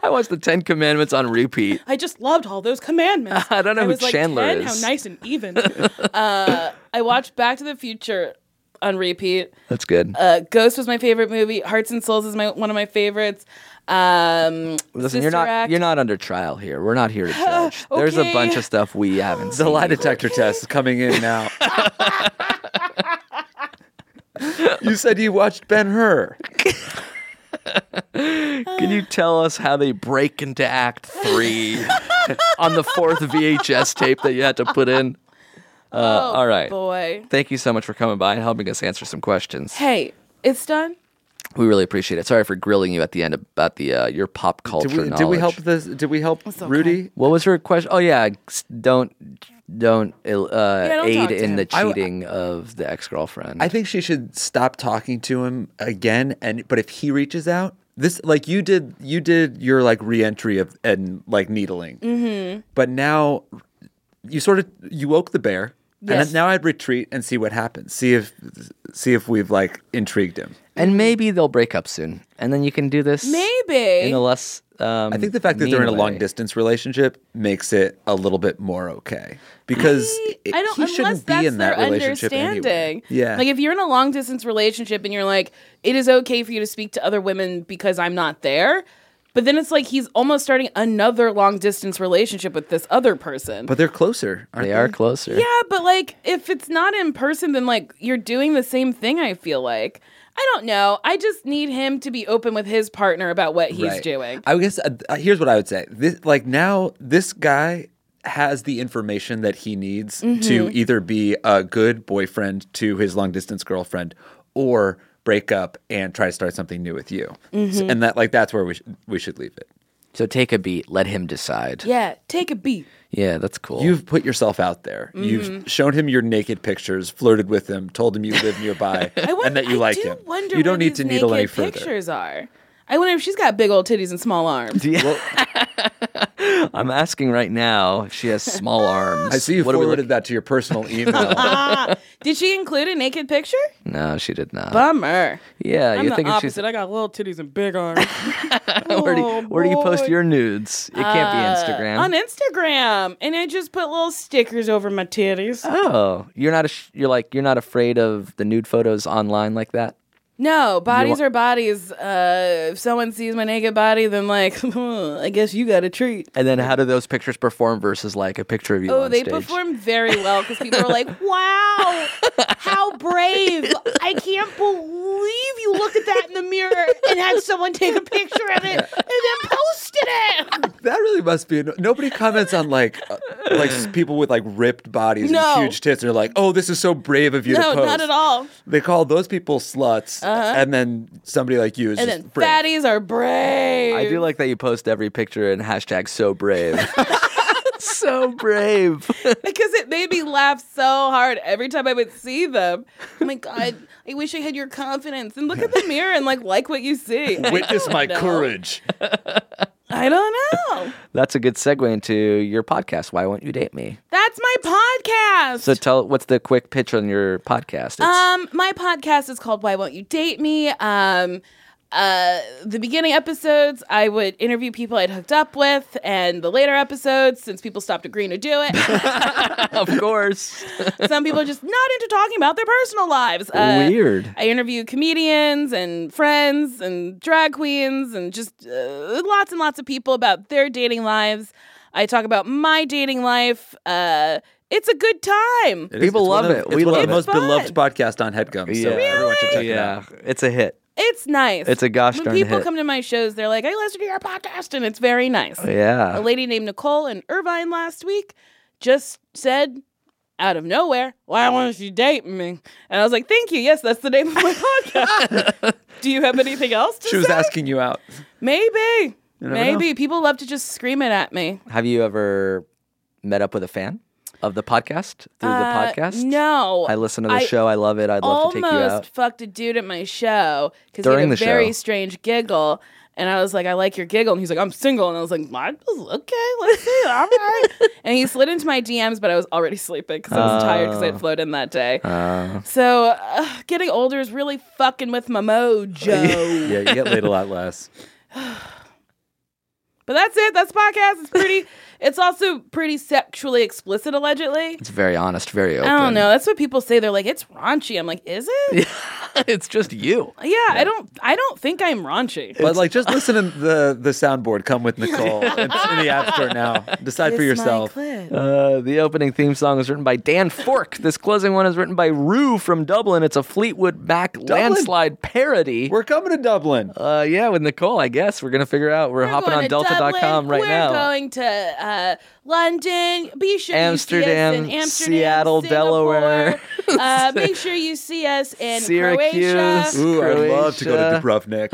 Speaker 2: I watched the Ten Commandments on repeat.
Speaker 6: I just loved all those commandments.
Speaker 2: I don't know
Speaker 6: I
Speaker 2: who
Speaker 6: was like
Speaker 2: Chandler
Speaker 6: 10,
Speaker 2: is.
Speaker 6: How nice and even. uh, I watched Back to the Future on repeat.
Speaker 2: That's good.
Speaker 6: Uh, Ghost was my favorite movie. Hearts and Souls is my one of my favorites. Um,
Speaker 2: Listen,
Speaker 6: Sister
Speaker 2: you're not
Speaker 6: Act.
Speaker 2: you're not under trial here. We're not here to judge. There's a
Speaker 6: okay.
Speaker 2: bunch of stuff we haven't seen.
Speaker 5: The lie detector test is coming in now. you said you watched Ben Hur.
Speaker 2: Can you tell us how they break into Act Three on the fourth VHS tape that you had to put in? Uh, all right.
Speaker 6: Oh, boy.
Speaker 2: Thank you so much for coming by and helping us answer some questions.
Speaker 6: Hey, it's done.
Speaker 2: We really appreciate it. Sorry for grilling you at the end about the uh, your pop culture
Speaker 5: Did we,
Speaker 2: knowledge.
Speaker 5: did we help this? Did we help Rudy?
Speaker 2: What was her question? Oh yeah, s- don't don't, ill- uh,
Speaker 6: Yeah, don't
Speaker 2: aid
Speaker 6: talk to
Speaker 2: in
Speaker 6: him.
Speaker 2: the
Speaker 5: I-
Speaker 2: cheating of the ex girlfriend.
Speaker 5: I think she should stop talking to him again. And but if he reaches out, this like you did, you did your like reentry of and like needling. Mm-hmm. But now you sort of you woke the bear.
Speaker 6: Yes.
Speaker 5: And now I'd retreat and see what happens. See if see if we've like intrigued him.
Speaker 2: and maybe they'll break up soon, and then you can do this
Speaker 6: Maybe.
Speaker 2: in a less. Um,
Speaker 5: I think the fact that they're in a
Speaker 2: mean
Speaker 5: long
Speaker 2: way.
Speaker 5: distance relationship makes it a little bit more okay because it-
Speaker 6: I don't
Speaker 5: he
Speaker 6: unless
Speaker 5: shouldn't
Speaker 6: that's
Speaker 5: be in that
Speaker 6: their
Speaker 5: relationship
Speaker 6: understanding.
Speaker 5: anyway. Yeah,
Speaker 6: Like if you're in a long distance relationship and you're like, it is okay for you to speak to other women because I'm not there. But then it's like he's almost starting another long distance relationship with this other person.
Speaker 5: but they're closer. Aren't
Speaker 2: they are closer.
Speaker 6: yeah, but like if it's not in person, then like you're doing the same thing, I feel like. I don't know. I just need him to be open with his partner about what he's
Speaker 5: Right.
Speaker 6: doing.
Speaker 5: I guess uh, uh, here's what I would say. This like now this guy has the information that he needs
Speaker 6: Mm-hmm.
Speaker 5: to either be a good boyfriend to his long distance girlfriend or break up and try to start something new with you. So-
Speaker 6: Mm-hmm.
Speaker 5: and that like that's where we sh- we should leave it.
Speaker 2: So take a beat. Let him decide. Yeah,
Speaker 6: Yeah, take a beat.
Speaker 2: that's cool.
Speaker 5: You've put yourself out there.
Speaker 6: Mm-hmm.
Speaker 5: You've shown him your naked pictures, flirted with him, told him you live nearby,
Speaker 6: I wonder,
Speaker 5: and that you
Speaker 6: I
Speaker 5: like
Speaker 6: do
Speaker 5: him.
Speaker 6: Wonder
Speaker 5: you don't
Speaker 6: where
Speaker 5: need to
Speaker 6: these
Speaker 5: needle any
Speaker 6: naked
Speaker 5: further.
Speaker 6: Pictures are. I wonder if she's got big old titties and small arms.
Speaker 5: Well,
Speaker 2: I'm asking right now. if She has small arms.
Speaker 5: I see you
Speaker 2: What are we
Speaker 5: forwarded that to your personal email.
Speaker 6: Ah, Did she include a naked picture?
Speaker 2: looking- No, she did not.
Speaker 6: Bummer.
Speaker 2: yeah,
Speaker 6: I'm
Speaker 2: you're
Speaker 6: the
Speaker 2: thinking
Speaker 6: opposite.
Speaker 2: she's.
Speaker 6: I got little titties and big arms. Oh,
Speaker 2: Where do, you, where do you
Speaker 6: boy. Uh,
Speaker 2: post your nudes? It can't be Instagram.
Speaker 6: On Instagram, and I just put little stickers over my titties.
Speaker 2: Oh, you're not. Ash- you're like you're not afraid of the nude photos online like that.
Speaker 6: No, bodies are bodies. Uh, if someone sees my naked body, then like, I guess you got a treat.
Speaker 2: And then how do those pictures perform versus like a picture of you?
Speaker 6: Oh,
Speaker 2: on
Speaker 6: they
Speaker 2: stage?
Speaker 6: performed very well because people were like, "Wow, how brave! I can't believe you look at that in the mirror and had someone take a picture of it and then posted it."
Speaker 5: that really must be. Nobody comments on like uh, like s- people with like ripped bodies
Speaker 6: No.
Speaker 5: and huge tits. And they're like, oh, this is so brave of you to
Speaker 6: No,
Speaker 5: post.
Speaker 6: not at all. Uh-huh.
Speaker 5: They call those people sluts, and then somebody like you is
Speaker 6: And
Speaker 5: just
Speaker 6: then
Speaker 5: brave.
Speaker 6: fatties are brave.
Speaker 2: I do like that you post every picture and hashtag so brave. so brave.
Speaker 6: because it made me laugh so hard every time I would see them. Oh my god, I wish I had your confidence and look at the mirror and like like what you see. I
Speaker 5: Witness
Speaker 6: don't
Speaker 5: my
Speaker 6: know.
Speaker 5: courage.
Speaker 6: I don't know.
Speaker 2: That's a good segue into your podcast. Why won't you date me?
Speaker 6: That's my podcast.
Speaker 2: So tell what's the quick pitch on your podcast? It's,
Speaker 6: Um, my podcast is called Why Won't You Date Me? Um, uh, the beginning episodes, I would interview people I'd hooked up with, and the later episodes, since people stopped agreeing to do it,
Speaker 2: of course.
Speaker 6: some people are just not into talking about their personal lives. Uh,
Speaker 2: Weird.
Speaker 6: I interview comedians and friends and drag queens and just uh, lots and lots of people about their dating lives. I talk about my dating life. Uh, it's a good time.
Speaker 5: It is-
Speaker 2: People
Speaker 5: it's one
Speaker 2: love
Speaker 5: of-
Speaker 2: it.
Speaker 5: It's
Speaker 2: We
Speaker 5: one
Speaker 2: love
Speaker 5: of the most
Speaker 6: it.
Speaker 5: beloved podcast on HeadGum. So everyone should check it out.
Speaker 2: yeah. It's a hit.
Speaker 6: It's nice.
Speaker 2: It's a gosh
Speaker 6: When
Speaker 2: darn
Speaker 6: people
Speaker 2: hit.
Speaker 6: come to my shows, they're like, I listen to your podcast, and it's very
Speaker 2: Oh,
Speaker 6: nice. A
Speaker 2: Yeah.
Speaker 6: lady named Nicole in Irvine last week just said out of nowhere, Why won't you date me? And I was like, Thank you. Yes, that's the name of my podcast. Do you have anything else to
Speaker 5: She was
Speaker 6: say?
Speaker 5: asking you out.
Speaker 6: Maybe.
Speaker 5: never
Speaker 6: Maybe. People love to just scream it at me.
Speaker 2: Have you ever met up with a fan of the podcast through
Speaker 6: Uh,
Speaker 2: the podcast?
Speaker 6: No.
Speaker 2: I listen to the
Speaker 6: I
Speaker 2: show. I love it. I'd love
Speaker 6: almost
Speaker 2: to take you out.
Speaker 6: fucked a dude at my show because he
Speaker 2: During
Speaker 6: had a
Speaker 2: the
Speaker 6: very
Speaker 2: show.
Speaker 6: strange giggle. And I was like, I like your giggle. And he's like, I'm single. And I was like, mine was okay. Let's see. All right. and he slid into my DMs, but I was already sleeping because I was tired because I
Speaker 2: Oh.
Speaker 6: had flown in that day. so uh, getting older is really fucking with my mojo.
Speaker 5: Yeah, you get laid a lot less.
Speaker 6: but that's it. That's the podcast. It's pretty. it's also pretty sexually explicit, allegedly.
Speaker 2: It's very honest, very open.
Speaker 6: I don't know. That's what people say. They're like, it's raunchy. I'm like, is it?
Speaker 2: it's just you.
Speaker 6: Yeah, I don't. I don't think I'm raunchy.
Speaker 5: But like, just listen to the the soundboard. Come with Nicole. It's in the app store now. Decide for yourself.
Speaker 2: Uh, the opening theme song is written by Dan Fork. this closing one is written by Rue from Dublin. It's a Fleetwood Mac landslide parody.
Speaker 5: We're coming to Dublin.
Speaker 2: Uh, yeah, with Nicole, I guess. We're going to figure out. We're,
Speaker 6: We're
Speaker 2: hopping
Speaker 6: going
Speaker 2: on
Speaker 6: to
Speaker 2: delta.com
Speaker 6: Dublin,
Speaker 2: right
Speaker 6: We're
Speaker 2: now.
Speaker 6: going to uh, London. Be sure
Speaker 2: Amsterdam,
Speaker 6: you see us in Amsterdam,
Speaker 2: Seattle,
Speaker 6: Singapore.
Speaker 2: Delaware.
Speaker 6: uh, make sure you see us in
Speaker 2: Syracuse.
Speaker 6: Croatia.
Speaker 5: Ooh, I'd love to go to Dubrovnik.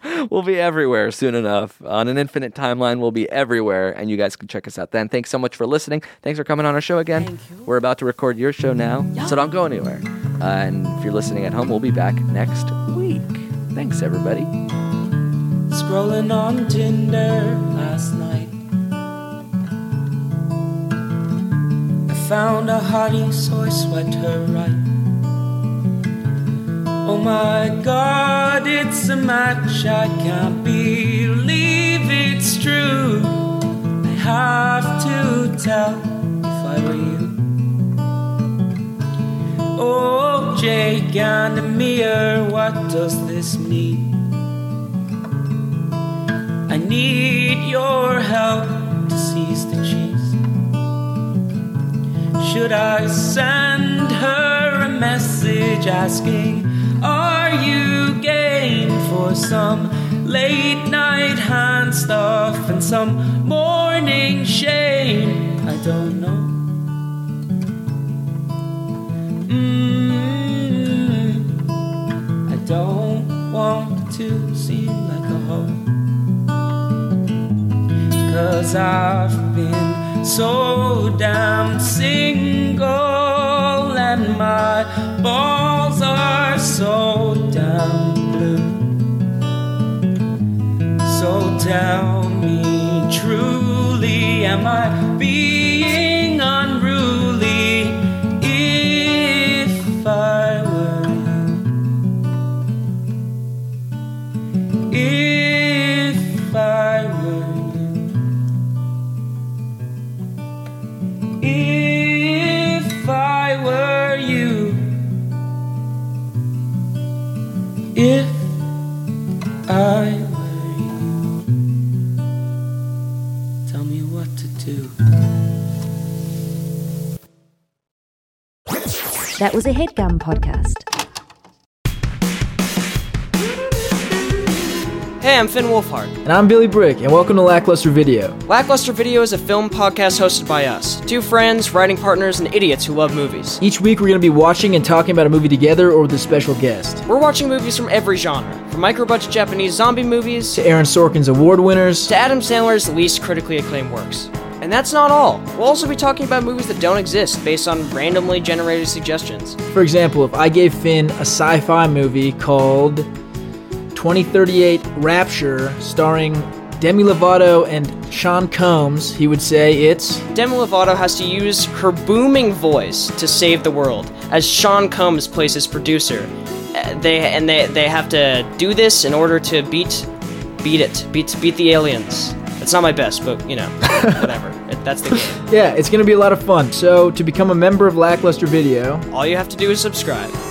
Speaker 2: We'll be everywhere soon enough. On an infinite timeline, we'll be everywhere, and you guys can check us out then. Thanks so much for listening. Thanks for coming on our show again. We're about to record your show now, so don't go anywhere. Uh, and if you're listening at home, we'll be back next week. Thanks, everybody.
Speaker 7: Scrolling on Tinder last night. I found a hottie, so I swept her right. Oh my god, it's a match, I can't believe it's true. I have to tell if I were you. Oh, Jake and Amir, what does this mean? I need your help to seize the cheese. Should I send her a message asking, Are you game for some late night hand stuff and some morning shame? I don't know. Mm, I don't want to seem like a hoe. Cause I've been so damn single and my balls are so damn blue. So tell me truly, am I being unruly if I were you? If I were you. If I were you, if I were you, tell me what to do.
Speaker 8: That was a headgum podcast.
Speaker 9: Hey, I'm Finn Wolfhard.
Speaker 10: And I'm Billy Brick, and welcome to Lackluster Video.
Speaker 9: Lackluster Video is a film podcast hosted by us two friends, writing partners, and idiots who love movies.
Speaker 10: Each week, we're going to be watching and talking about a movie together or with a special guest.
Speaker 9: We're watching movies from every genre from microbudget Japanese zombie movies
Speaker 10: To Aaron Sorkin's award winners,
Speaker 9: to Adam Sandler's least critically acclaimed works. And that's not all. We'll also be talking about movies that don't exist based on randomly generated suggestions.
Speaker 10: for example, if I gave Finn a sci fi movie called 2038 Rapture, starring Demi Lovato and Sean Combs, he would say it's.
Speaker 9: Demi Lovato has to use her booming voice to save the world as Sean Combs plays his producer. Uh, They and they they have to do this in order to beat beat it beat beat the aliens. It's not my best, but you know, whatever. It- That's the game.
Speaker 10: Yeah, it's going to be a lot of fun. So, to become a member of Lackluster Video,
Speaker 9: All you have to do is subscribe.